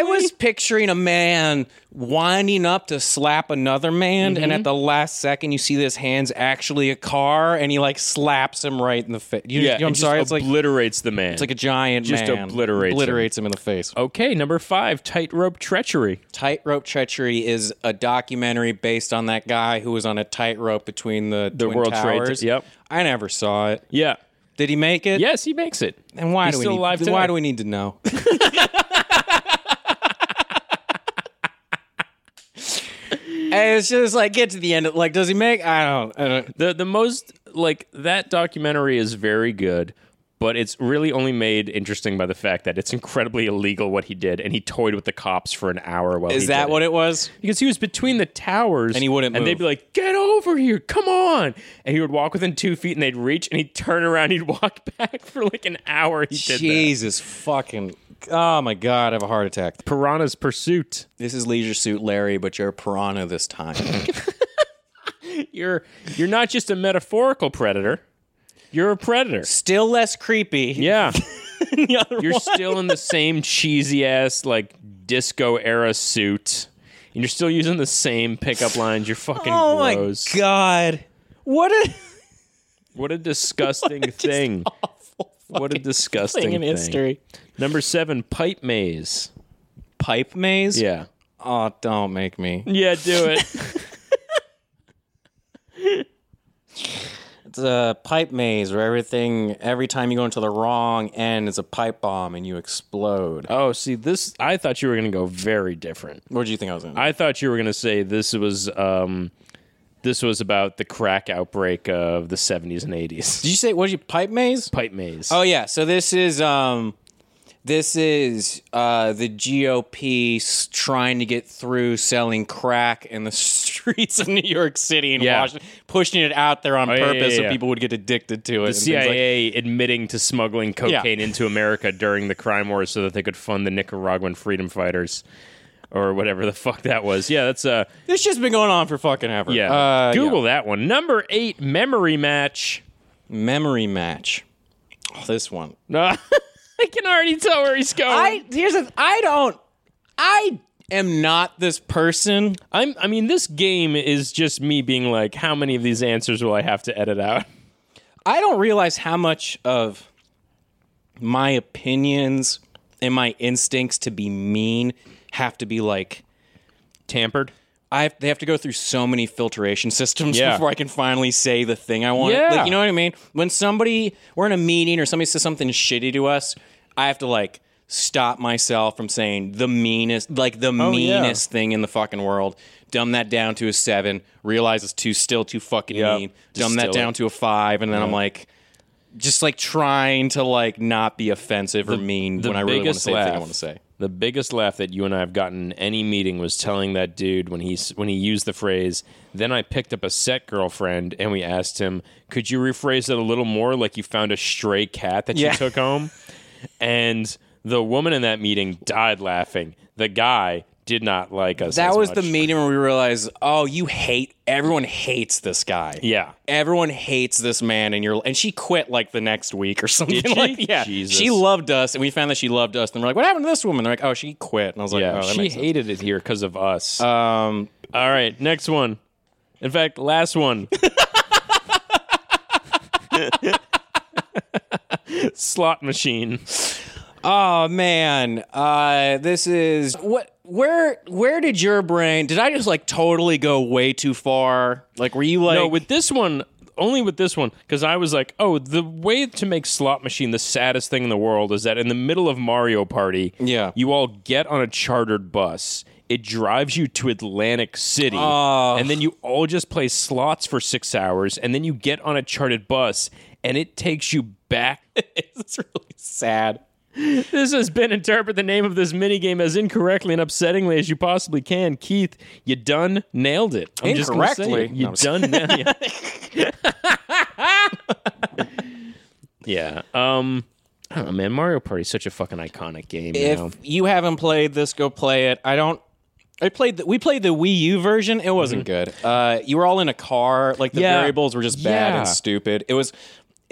S1: I was picturing a man winding up to slap another man, and at the last second, you see this hand's actually a car, and he like slaps him right in the face. You, you know,
S2: it
S1: I'm
S2: just
S1: sorry. It's like
S2: obliterates the man.
S1: it's like a giant
S2: just
S1: man
S2: obliterates him.
S1: obliterates him in the face.
S2: okay, number five, tightrope treachery.
S1: Tightrope Treachery is a documentary based on that guy who was on a tightrope between the, the Twin
S2: World Trade-
S1: Towers.
S2: yep.
S1: I never saw it.
S2: Yeah.
S1: Did he make it?
S2: Yes, he makes it.
S1: And why
S2: He's
S1: do we
S2: still
S1: need,
S2: alive
S1: why
S2: today.
S1: do we need to know? And it's just like get to the end. Of, like, does he make? I don't. I don't
S2: The the most like that documentary is very good, but it's really only made interesting by the fact that it's incredibly illegal what he did, and he toyed with the cops for an hour while
S1: is
S2: he
S1: that
S2: did it.
S1: what it was?
S2: because he was between the towers and
S1: he wouldn't
S2: and they'd
S1: move.
S2: be like get over here come on and he would walk within two feet and they'd reach and he'd turn around he'd walk back for like an hour he did that
S1: Jesus fucking. Oh my god, I have a heart attack.
S2: piranha's pursuit
S1: This is Leisure Suit Larry, but you're a piranha this time.
S2: you're you're not just a metaphorical predator you're a predator
S1: Still less creepy.
S2: yeah
S1: than the other
S2: you're
S1: one.
S2: still in the same cheesy ass like disco era suit and you're still using the same pickup lines you're fucking
S1: Oh
S2: gross
S1: my god. What a
S2: what a disgusting thing what a disgusting
S1: thing in history.
S2: Number seven, pipe maze.
S1: Pipe maze?
S2: Yeah.
S1: Oh, don't make me.
S2: Yeah, do it.
S1: It's a pipe maze where everything every time you go into the wrong end is a pipe bomb and you explode.
S2: oh, see, this, I thought you were going to go very different.
S1: What do you think I was in?
S2: I thought you were going to say this was, um, this was about the crack outbreak of the 70s and 80s.
S1: Did you say what did you pipe maze?
S2: Pipe maze.
S1: Oh yeah, so this is um this is uh the GOP s- trying to get through selling crack in the streets of New York City and
S2: Yeah. Oh,
S1: Washington, pushing it out there on
S2: yeah, yeah,
S1: purpose so
S2: yeah.
S1: people would get addicted to it. and things like
S2: CIA admitting to smuggling cocaine into America during the crime war so that they could fund the Nicaraguan freedom fighters or whatever the fuck that was. Yeah, that's uh
S1: This shit's been going on for fucking ever.
S2: yeah.
S1: Uh,
S2: Google that one. Number 8 memory match.
S1: yeah. Memory match. Oh, this one.
S2: I can already tell where he's going.
S1: I
S2: I,
S1: here's the. I don't. I am not this person.
S2: am I mean, this game is just me being like, how many of these answers will I have to edit out?
S1: I don't realize how much of my opinions and my instincts to be mean have to be like
S2: Tampered.
S1: I have, they have to go through so many filtration systems
S2: Yeah.
S1: before I can finally say the thing I want.
S2: Yeah.
S1: Like, you know what I mean? When somebody, we're in a meeting or somebody says something shitty to us, I have to like stop myself from saying the meanest, like the
S2: Oh, yeah.
S1: meanest thing in the fucking world. Dumb that down to a seven, realize it's too, still too fucking
S2: Yeah.
S1: mean. Dumb that
S2: Distill
S1: down
S2: it.
S1: to a five. And then I'm like, just like trying to like not be offensive or mean when I really want to say the thing I want to say.
S2: The biggest laugh that you and I have gotten in any meeting was telling that dude when he s- when he used the phrase. Then I picked up a set girlfriend and we asked him, "Could you rephrase it a little more? Like you found a stray cat that
S1: Yeah.
S2: you took home." And the woman in that meeting died laughing. The guy did not like us.
S1: That
S2: as
S1: was the
S2: much.
S1: meeting where we realized, oh, you hate everyone hates this guy.
S2: Yeah.
S1: Everyone hates this man and you're and she quit like the next week or something.
S2: Did she?
S1: Like, yeah.
S2: Jesus.
S1: She loved us and we found that she loved us. And we're like, what happened to this woman? They're like, oh, she quit. And I was like,
S2: Yeah,
S1: oh, that
S2: she
S1: makes sense.
S2: hated it here because of us.
S1: Um
S2: All right, next one. In fact, last one. Slot machine.
S1: Oh man. Uh this is what where where did your brain did I just like totally go way too far? Like were you like
S2: No, with this one, only with this one because I was like, oh, the way to make slot machine the saddest thing in the world is that in the middle of Mario Party,
S1: Yeah.
S2: you all get on a chartered bus. It drives you to Atlantic City,
S1: Ah.
S2: and then you all just play slots for six hours, and then you get on a chartered bus, and it takes you back.
S1: it's really sad.
S2: This has been interpret the name of this minigame as incorrectly and upsettingly as you possibly can. Keith, you done nailed it. I'm just gonna say
S1: Incorrectly?
S2: it.
S1: No,
S2: You
S1: I'm just-
S2: done nailed Yeah. Um I don't know, man. Mario Party's such a fucking iconic game. you
S1: If
S2: know?
S1: you haven't played this, go play it. I don't. I played. The, we played the Wii U version. It wasn't good. Uh, you were all in a car. Like the
S2: Mm-hmm. Yeah.
S1: variables were just bad
S2: Yeah.
S1: and stupid. It was.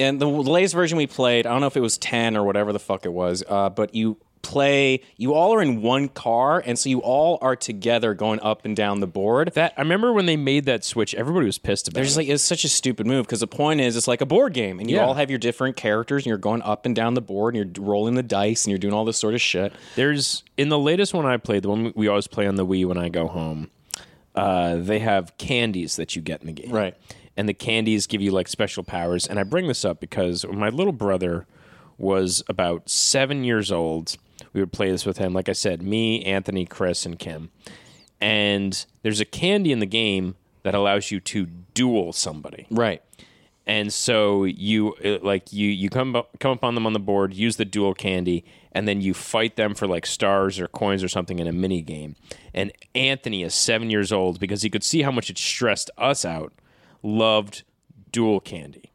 S1: And the latest version we played, I don't know if it was ten or whatever the fuck it was. Uh, but you play. You all are in one car, and so you all are together going up and down the board.
S2: That I remember when they made that switch, everybody was pissed about
S1: They're
S2: it.
S1: just like it's such a stupid move because the point is it's like a board game and you
S2: Yeah.
S1: all have your different characters and you're going up and down the board and you're rolling the dice and you're doing all this sort of shit.
S2: There's in the latest one I played, the one we always play on the Wii when I go home. Uh, they have candies that you get in the game,
S1: Right.
S2: And the candies give you like special powers. And I bring this up because when my little brother was about seven years old, we would play this with him. Like I said, me, Anthony, Chris, and Kim. And there's a candy in the game that allows you to duel somebody
S1: Right.
S2: and so you uh, like you you come up, come upon them on the board, use the dual candy, and then you fight them for like stars or coins or something in a mini game. And Anthony is seven years old because he could see how much it stressed us out. Loved dual candy,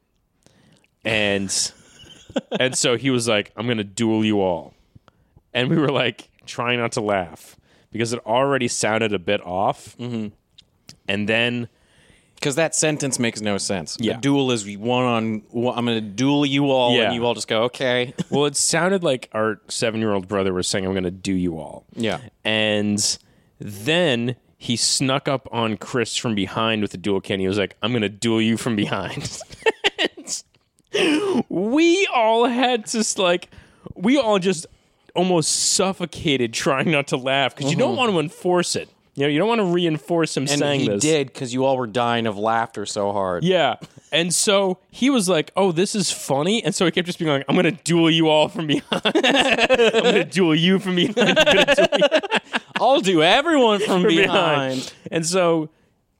S2: and and so he was like, "I'm gonna duel you all," and we were like trying not to laugh because it already sounded a bit off. And then
S1: Because that sentence makes no sense.
S2: Yeah.
S1: A duel is one on one. I'm going to duel you all,
S2: Yeah.
S1: and you all just go, okay.
S2: well, it sounded like our seven year old brother was saying, I'm going to do you all.
S1: Yeah.
S2: And then he snuck up on Chris from behind with the dual candy. He was like, I'm going to duel you from behind. we all had just like, we all just almost suffocated trying not to laugh because you don't want to enforce it. You know, you don't want to reinforce him
S1: Mm-hmm. And
S2: saying
S1: he
S2: this.
S1: did because you all were dying of laughter so hard.
S2: Yeah. And so he was like, oh, this is funny. And so he kept just being like, I'm going to duel you all from behind. I'm going to duel you from behind. I'm gonna duel you
S1: I'll do everyone from,
S2: from
S1: behind.
S2: behind. And so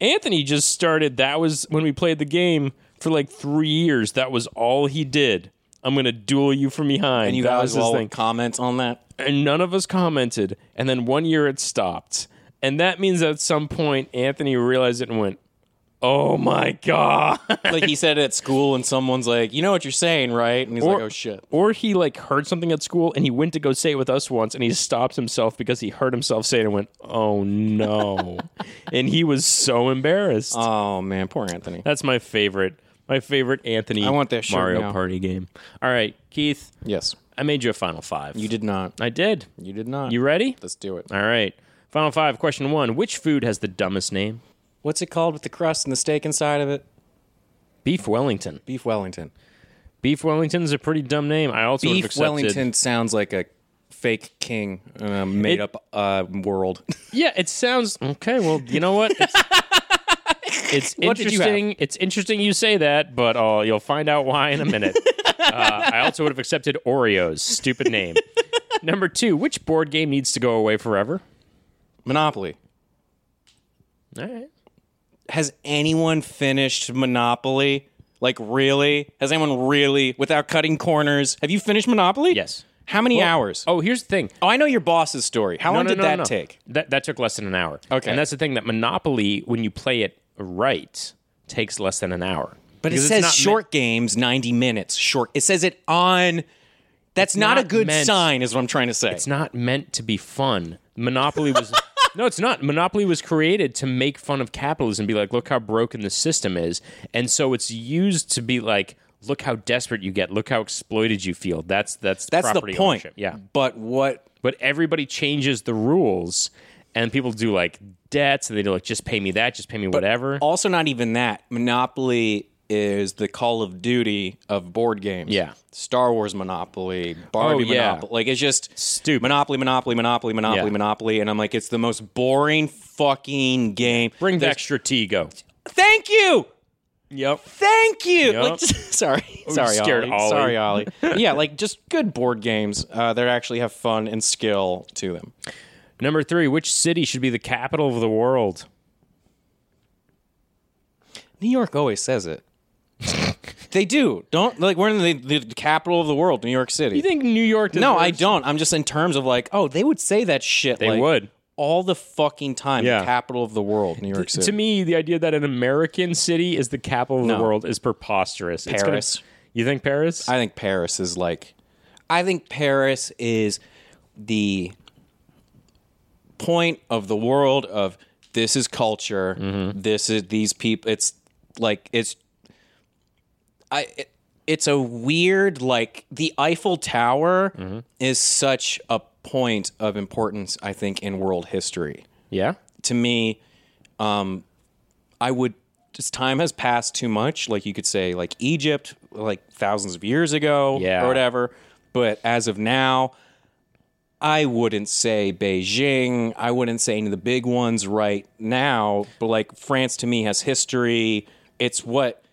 S2: Anthony just started. That was when we played the game for like three years. That was all he did. I'm going to duel you from behind.
S1: You
S2: that
S1: guys
S2: was his
S1: all
S2: thing.
S1: would comment on that.
S2: And none of us commented. And then one year it stopped. And that means at some point Anthony realized it and went, oh my God.
S1: Like he said it at school, and someone's like, you know what you're saying, right? And he's like,
S2: Or-
S1: oh shit.
S2: Or he like heard something at school and he went to go say it with us once and he stopped himself because he heard himself say it and went, "Oh no!" and he was so embarrassed.
S1: Oh, man. Poor Anthony.
S2: That's my favorite. My favorite Anthony. I
S1: want that shirt
S2: Mario
S1: now.
S2: Party game. All right, Keith.
S1: Yes.
S2: I made you a final five.
S1: You did not.
S2: I did.
S1: You did not.
S2: You ready?
S1: Let's do it.
S2: All right. Final five. Question one. Which food has the dumbest name?
S1: What's it called with the crust and the steak inside of it?
S2: Beef Wellington.
S1: Beef Wellington.
S2: Beef Wellington is a pretty dumb name. I also would have
S1: Beef
S2: accepted.
S1: Wellington sounds like a fake king in a made up uh, world.
S2: Yeah, it sounds okay. Well, you know what? It's, it's
S1: What did you have?
S2: interesting. It's interesting you say that, but uh, you'll find out why in a minute. uh, I also would have accepted Oreos. Stupid name. Number two, which board game needs to go away forever?
S1: Monopoly.
S2: All right.
S1: Has anyone finished Monopoly? Like, really? Has anyone really, without cutting corners, have you finished Monopoly?
S2: Yes.
S1: How many hours? Oh,
S2: Oh, here's the thing.
S1: I know your boss's story. How
S2: No,
S1: long
S2: no,
S1: did
S2: no,
S1: that
S2: no.
S1: take?
S2: That that took less than an hour.
S1: Okay.
S2: And that's the thing that Monopoly, when you play it right, takes less than an hour.
S1: But it
S2: Because it's
S1: says
S2: not
S1: short games, 90 minutes. Short. It says it on. That's not, a
S2: not
S1: good
S2: meant-
S1: sign, is what I'm trying to say.
S2: it's not meant to be fun. Monopoly was no, it's not. Monopoly was created to make fun of capitalism, be like, look how broken the system is, and so it's used to be like, look how desperate you get, look how exploited you feel. That's that's
S1: That's the
S2: property
S1: point.
S2: ownership. Yeah,
S1: But what
S2: but everybody changes the rules, and people do like debts, and they do like just pay me that, just pay me whatever.
S1: Also, not even that. Monopoly is the Call of Duty of board games.
S2: Yeah.
S1: Star Wars Monopoly, Barbie
S2: Oh, yeah.
S1: Monopoly. Like, it's just
S2: Stupid.
S1: Monopoly, Monopoly, Monopoly, Monopoly,
S2: Yeah.
S1: Monopoly. And I'm like, it's the most boring fucking game.
S2: Bring
S1: There's-
S2: back Stratego.
S1: Thank you.
S2: Yep.
S1: Thank you.
S2: Yep.
S1: Like, just- sorry, sorry,
S2: Oh, scared
S1: Ollie.
S2: Ollie.
S1: Sorry, Ollie. yeah, like just good board games uh, that actually have fun and skill to them.
S2: Number three, which city should be the capital of the world?
S1: New York always says it. they do. Don't like we're in the, the capital of the world, New York City.
S2: You think New York?
S1: no, I
S2: deserves-
S1: don't. I'm just in terms of like, oh, they would say that shit.
S2: They
S1: like,
S2: would.
S1: all the fucking time.
S2: Yeah.
S1: The capital of the world, New York City.
S2: To me, the idea that an American city is the capital of
S1: No.
S2: the world is preposterous. It's gonna-
S1: Paris.
S2: you think Paris?
S1: I think Paris is like, I think Paris is the point of the world of this is culture.
S2: Mm-hmm.
S1: This is these people. It's like it's, I. It, it's a weird like the Eiffel Tower
S2: Mm-hmm.
S1: is such a point of importance. I think in world history
S2: yeah.
S1: to me, um, I would as time has passed too much. Like you could say, like Egypt, like thousands of years ago,
S2: Yeah.
S1: or whatever. But as of now, I wouldn't say Beijing. I wouldn't say any of the big ones right now. But like France, to me, has history. It's what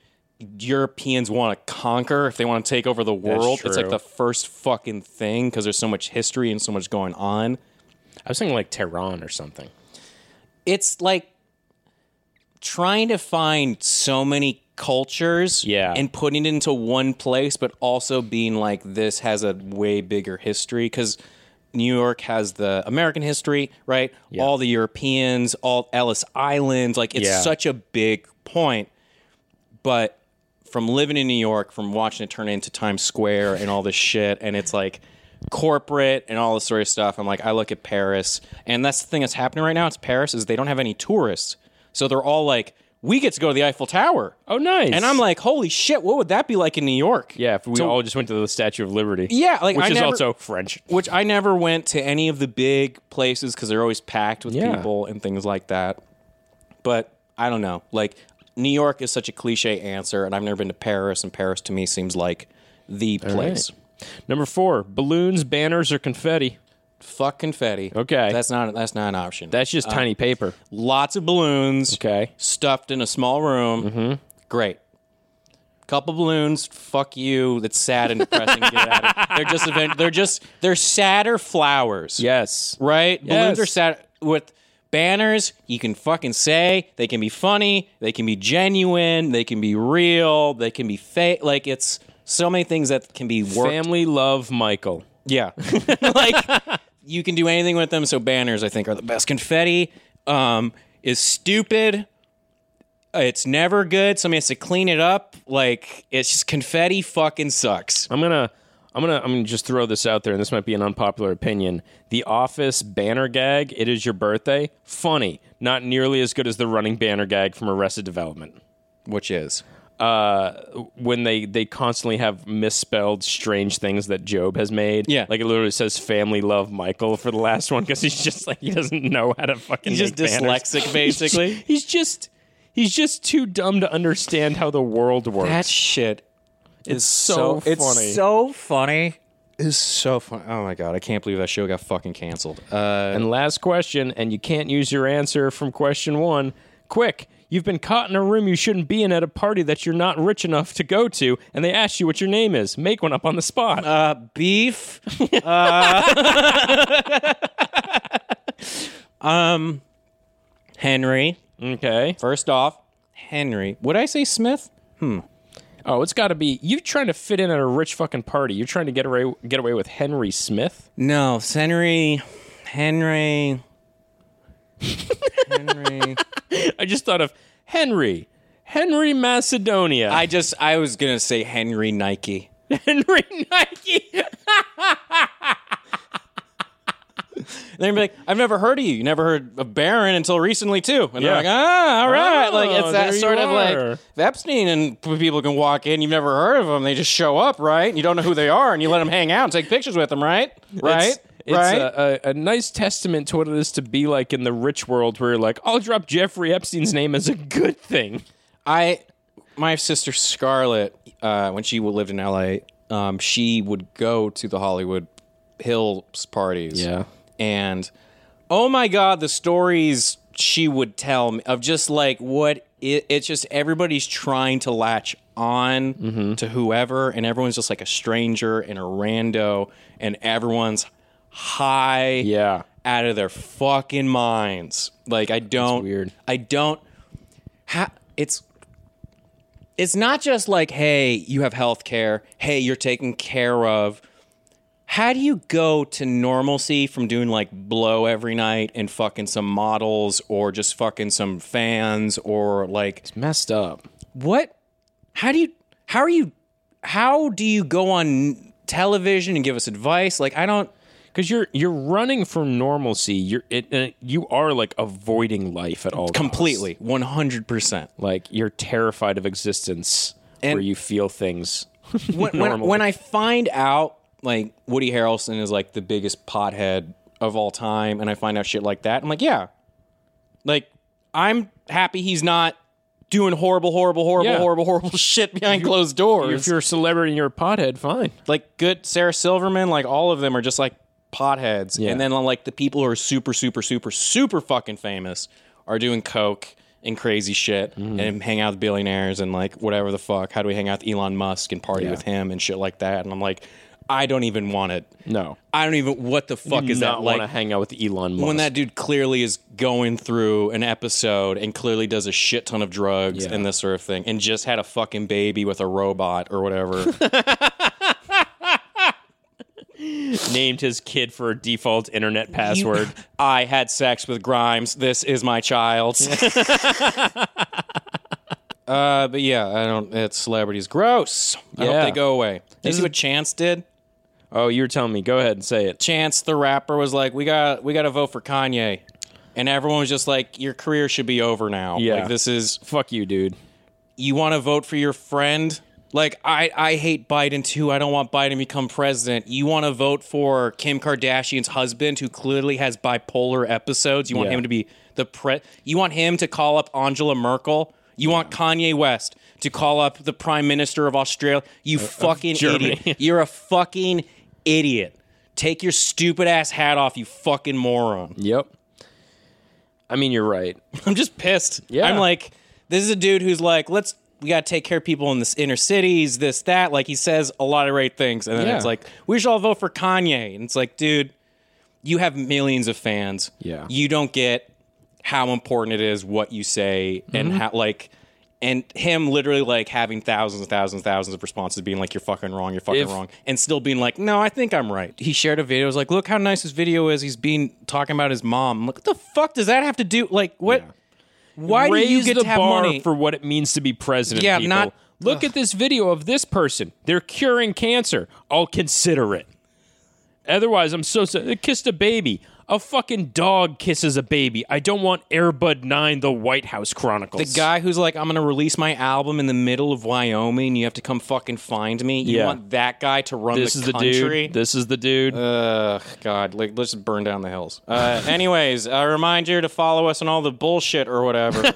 S1: Europeans want to conquer if they want to take over the world. It's like
S2: true.
S1: the first fucking thing because there's so much history and so much going on
S2: I was thinking like Tehran or something.
S1: it's like trying to find so many cultures
S2: Yeah.
S1: and putting it into one place but also being like this has a way bigger history because new york has the american history right all the europeans all ellis island like it's
S2: Yeah.
S1: such a big point but from living in new york from watching it turn into times square and all this shit and it's like corporate and all this sort of stuff i'm like i look at paris and that's the thing that's happening right now it's paris is they don't have any tourists so they're all like we get to go to the eiffel tower
S2: Oh, nice.
S1: and i'm like holy shit what would that be like in new york
S2: yeah, if we all just went to the Statue of Liberty.
S1: Yeah, like,
S2: which
S1: I
S2: is
S1: never-
S2: also French.
S1: which i never went to any of the big places because they're always packed with
S2: Yeah.
S1: people and things like that but i don't know like new york is such a cliche answer and i've never been to paris and paris to me seems like the place
S2: Number four, balloons, banners, or confetti.
S1: fuck confetti
S2: Okay.
S1: that's not that's not an option
S2: That's just tiny paper.
S1: lots of balloons
S2: Okay.
S1: stuffed in a small room great couple balloons fuck you that's sad and depressing get out of they're just event- they're just they're sadder flowers
S2: Yes.
S1: right? Balloons
S2: Yes.
S1: are set with banners. You can fucking say they can be funny, they can be genuine, they can be real, they can be fake. Like it's so many things that can be worked.
S2: Family love Michael.
S1: yeah, like you can do anything with them. So banners, I think, are the best. Confetti um, is stupid. It's never good. Somebody has to clean it up. Like it's just confetti fucking sucks.
S2: I'm gonna I'm gonna I'm gonna just throw this out there, and this might be an unpopular opinion. The office banner gag, it is your birthday. Funny. Not nearly as good as the running banner gag from Arrested Development. Uh,
S1: Which is
S2: When they they constantly have misspelled strange things that Job has made.
S1: Yeah.
S2: Like it literally says family love Michael for the last one because he's just like he doesn't know how to fucking
S1: he's just
S2: make banners.
S1: dyslexic, basically.
S2: He's just he's just too dumb to understand how the world works.
S1: That shit is so,
S2: so funny.
S1: It's so funny. It's so funny. Oh my god, I can't believe that show got fucking canceled. Uh,
S2: And last question, and you can't use your answer from question one. Quick, you've been caught in a room you shouldn't be in at a party that you're not rich enough to go to, and they asked you what your name is. Make one up on the spot.
S1: uh beef. uh, um, Henry.
S2: okay.
S1: First off, Henry. Would I say Smith?
S2: Oh, it's got to be you trying to fit in at a rich fucking party. You're trying to get away get away with Henry Smith.
S1: No, Henry. Henry. Henry.
S2: I just thought of Henry, Henry Macedonia,
S1: I just I was gonna say Henry Nike.
S2: Henry Nike.
S1: And they're gonna be like, I've never heard of you. You never heard of Baron until recently too. And they're
S2: Yeah.
S1: like, ah, all right. like
S2: Oh,
S1: it's that
S2: there you
S1: sort of
S2: are.
S1: like if Epstein and p- people can walk in. You've never heard of them. They just show up, right? And you don't know who they are, and you let them hang out and take pictures with them, right? Right.
S2: It's, it's
S1: right.
S2: a, a, a nice testament to what it is to be like in the rich world where you're like, I'll drop Jeffrey Epstein's name as a good thing.
S1: I, my sister Scarlett, uh, when she lived in LA, um, she would go to the Hollywood Hills parties.
S2: Yeah.
S1: And oh my God, the stories she would tell me of just like what it, it's just everybody's trying to latch on
S2: Mm-hmm.
S1: to whoever, and everyone's just like a stranger and a rando, and everyone's high
S2: Yeah.
S1: out of their fucking minds. Like I don't
S2: weird.
S1: I don't ha, it's it's not just like hey, you have health care. Hey, you're taken care of. How do you go to normalcy from doing like blow every night and fucking some models or just fucking some fans or like
S2: Messed up.
S1: what how do you how are you how do you go on television and give us advice? Like I don't
S2: Because you're you're running from normalcy. You're it. Uh, you are like avoiding life at all. costs.
S1: completely 100%.
S2: Like you're terrified of existence,
S1: And-
S2: where you feel things.
S1: when, when,
S2: normally.
S1: when I find out like Woody Harrelson is like the biggest pothead of all time, and I find out shit like that, I'm like, yeah, like I'm happy he's not doing horrible, horrible, horrible,
S2: Yeah.
S1: horrible, horrible shit behind closed doors.
S2: if you're a celebrity and you're a pothead, fine.
S1: like good Sarah Silverman, like all of them are just like potheads, and then like the people who are super, super, super, super fucking famous are doing coke. And crazy shit,
S2: Mm-hmm.
S1: and hang out with billionaires and like whatever the fuck. How do we hang out with Elon Musk and party with him and shit like that? And I'm like, I don't even want it.
S2: No,
S1: I don't even. What the fuck is that
S2: not want
S1: like?
S2: to hang out with Elon Musk.
S1: when that dude clearly is going through an episode and clearly does a shit ton of drugs
S2: Yeah.
S1: and this sort of thing and just had a fucking baby with a robot or whatever.
S2: named his kid for a default internet password.
S1: I had sex with Grimes. This is my child. uh, but yeah, I don't. It's celebrities. Gross. I hope
S2: Yeah.
S1: they go away. Did you see what Chance did?
S2: oh, you were telling me. Go ahead and say it.
S1: Chance the rapper was like, "We got we got to vote for Kanye," and everyone was just like, "Your career should be over now.
S2: Yeah.
S1: Like this is
S2: Fuck you, dude.
S1: you want to vote for your friend." Like I, I hate Biden too. I don't want Biden to become president. You want to vote for Kim Kardashian's husband, who clearly has bipolar episodes. You want
S2: Yeah.
S1: him to be the pre. You want him to call up Angela Merkel. You want Kanye West to call up the Prime Minister of Australia. You fucking
S2: Uh, Germany.
S1: idiot. You're a fucking idiot. Take your stupid ass hat off, you fucking moron.
S2: Yep. I mean, you're right.
S1: I'm just pissed.
S2: Yeah.
S1: I'm like, this is a dude who's like, let's we gotta take care of people in this inner cities, this, that. Like he says a lot of great things. And then
S2: Yeah.
S1: it's like, we should all vote for Kanye. And it's like, dude, you have millions of fans.
S2: Yeah.
S1: You don't get how important it is what you say and how like and him literally like having thousands and thousands and thousands of responses being like you're fucking wrong you're fucking
S2: If-
S1: wrong and still being like no i think i'm right he shared a video it was like look how nice this video is he's being talking about his mom I'm like what the fuck does that have to do like what why
S2: Raise
S1: do you get
S2: the
S1: to have
S2: bar
S1: money
S2: for what it means to be president.
S1: Yeah,
S2: people.
S1: not-
S2: Look at this video of this person. They're curing cancer. I'll consider it. Otherwise, I'm so sad. They kissed a baby. A fucking dog kisses a baby. I don't want Airbud Nine, The White House Chronicles.
S1: the guy who's like, I'm gonna release my album in the middle of Wyoming. You have to come fucking find me. You
S2: Yeah.
S1: want that guy to run
S2: This
S1: the
S2: is
S1: country? Uh.
S2: the dude. This is the dude.
S1: Ugh, God, like, let's just burn down the hills. Uh, anyways, I remind you to follow us on all the bullshit or whatever.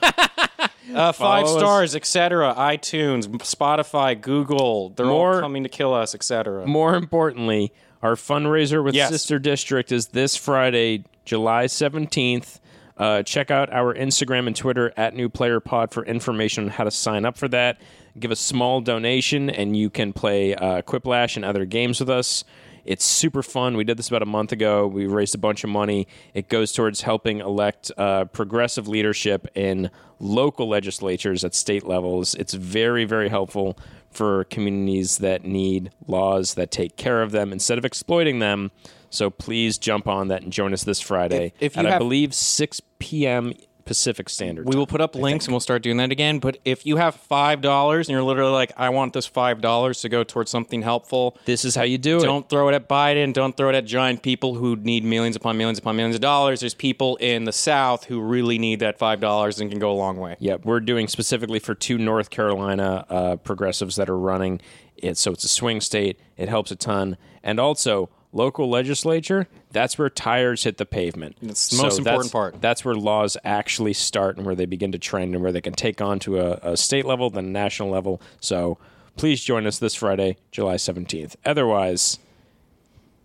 S1: Uh, five
S2: us.
S1: stars, etc. iTunes, Spotify, Google. They're all
S2: More-
S1: coming to kill us, etc.
S2: More importantly, our fundraiser with
S1: Yes.
S2: Sister District is this Friday, July 17th. Uh, check out our Instagram and Twitter at New Player Pod for information on how to sign up for that. Give a small donation, and you can play uh, Quiplash and other games with us. It's super fun. We did this about a month ago. We raised a bunch of money. It goes towards helping elect uh, progressive leadership in local legislatures at state levels. It's very, very helpful for communities that need laws that take care of them instead of exploiting them. So please jump on that and join us this Friday
S1: If- if you
S2: at, I
S1: have-
S2: believe, 6 p.m. Pacific Standard.
S1: We will put up links and we'll start doing that again. But if you have five dollars and you're literally like, I want this five dollars to go towards something helpful,
S2: this is how you do it.
S1: Don't throw it at Biden. Don't throw it at giant people who need millions upon millions upon millions of dollars. There's people in the South who really need that five dollars and can go a long way.
S2: Yeah, we're doing specifically for two North Carolina uh, progressives that are running it. So it's a swing state. It helps a ton. And also, local legislature, that's where tires hit the pavement. It's
S1: the most important part.
S2: That's where laws actually start and where they begin to trend and where they can take on to a, a state level, then national level. So please join us this Friday, July 17th. Otherwise,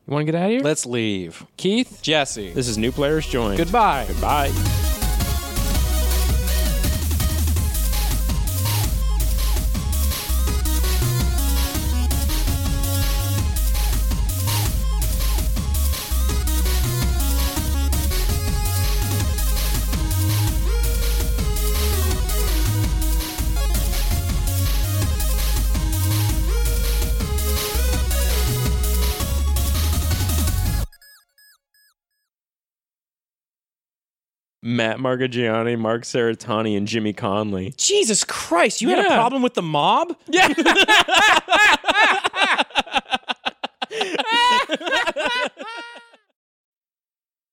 S2: you want to get out of here?
S1: Let's leave.
S2: Keith,
S1: Jesse.
S2: this is New Players Join.
S1: Goodbye.
S2: Goodbye. Matt Margagiani, Mark Saratani, and Jimmy Conley.
S1: Jesus Christ, you had a
S2: Yeah.
S1: problem with the mob?
S2: Yeah.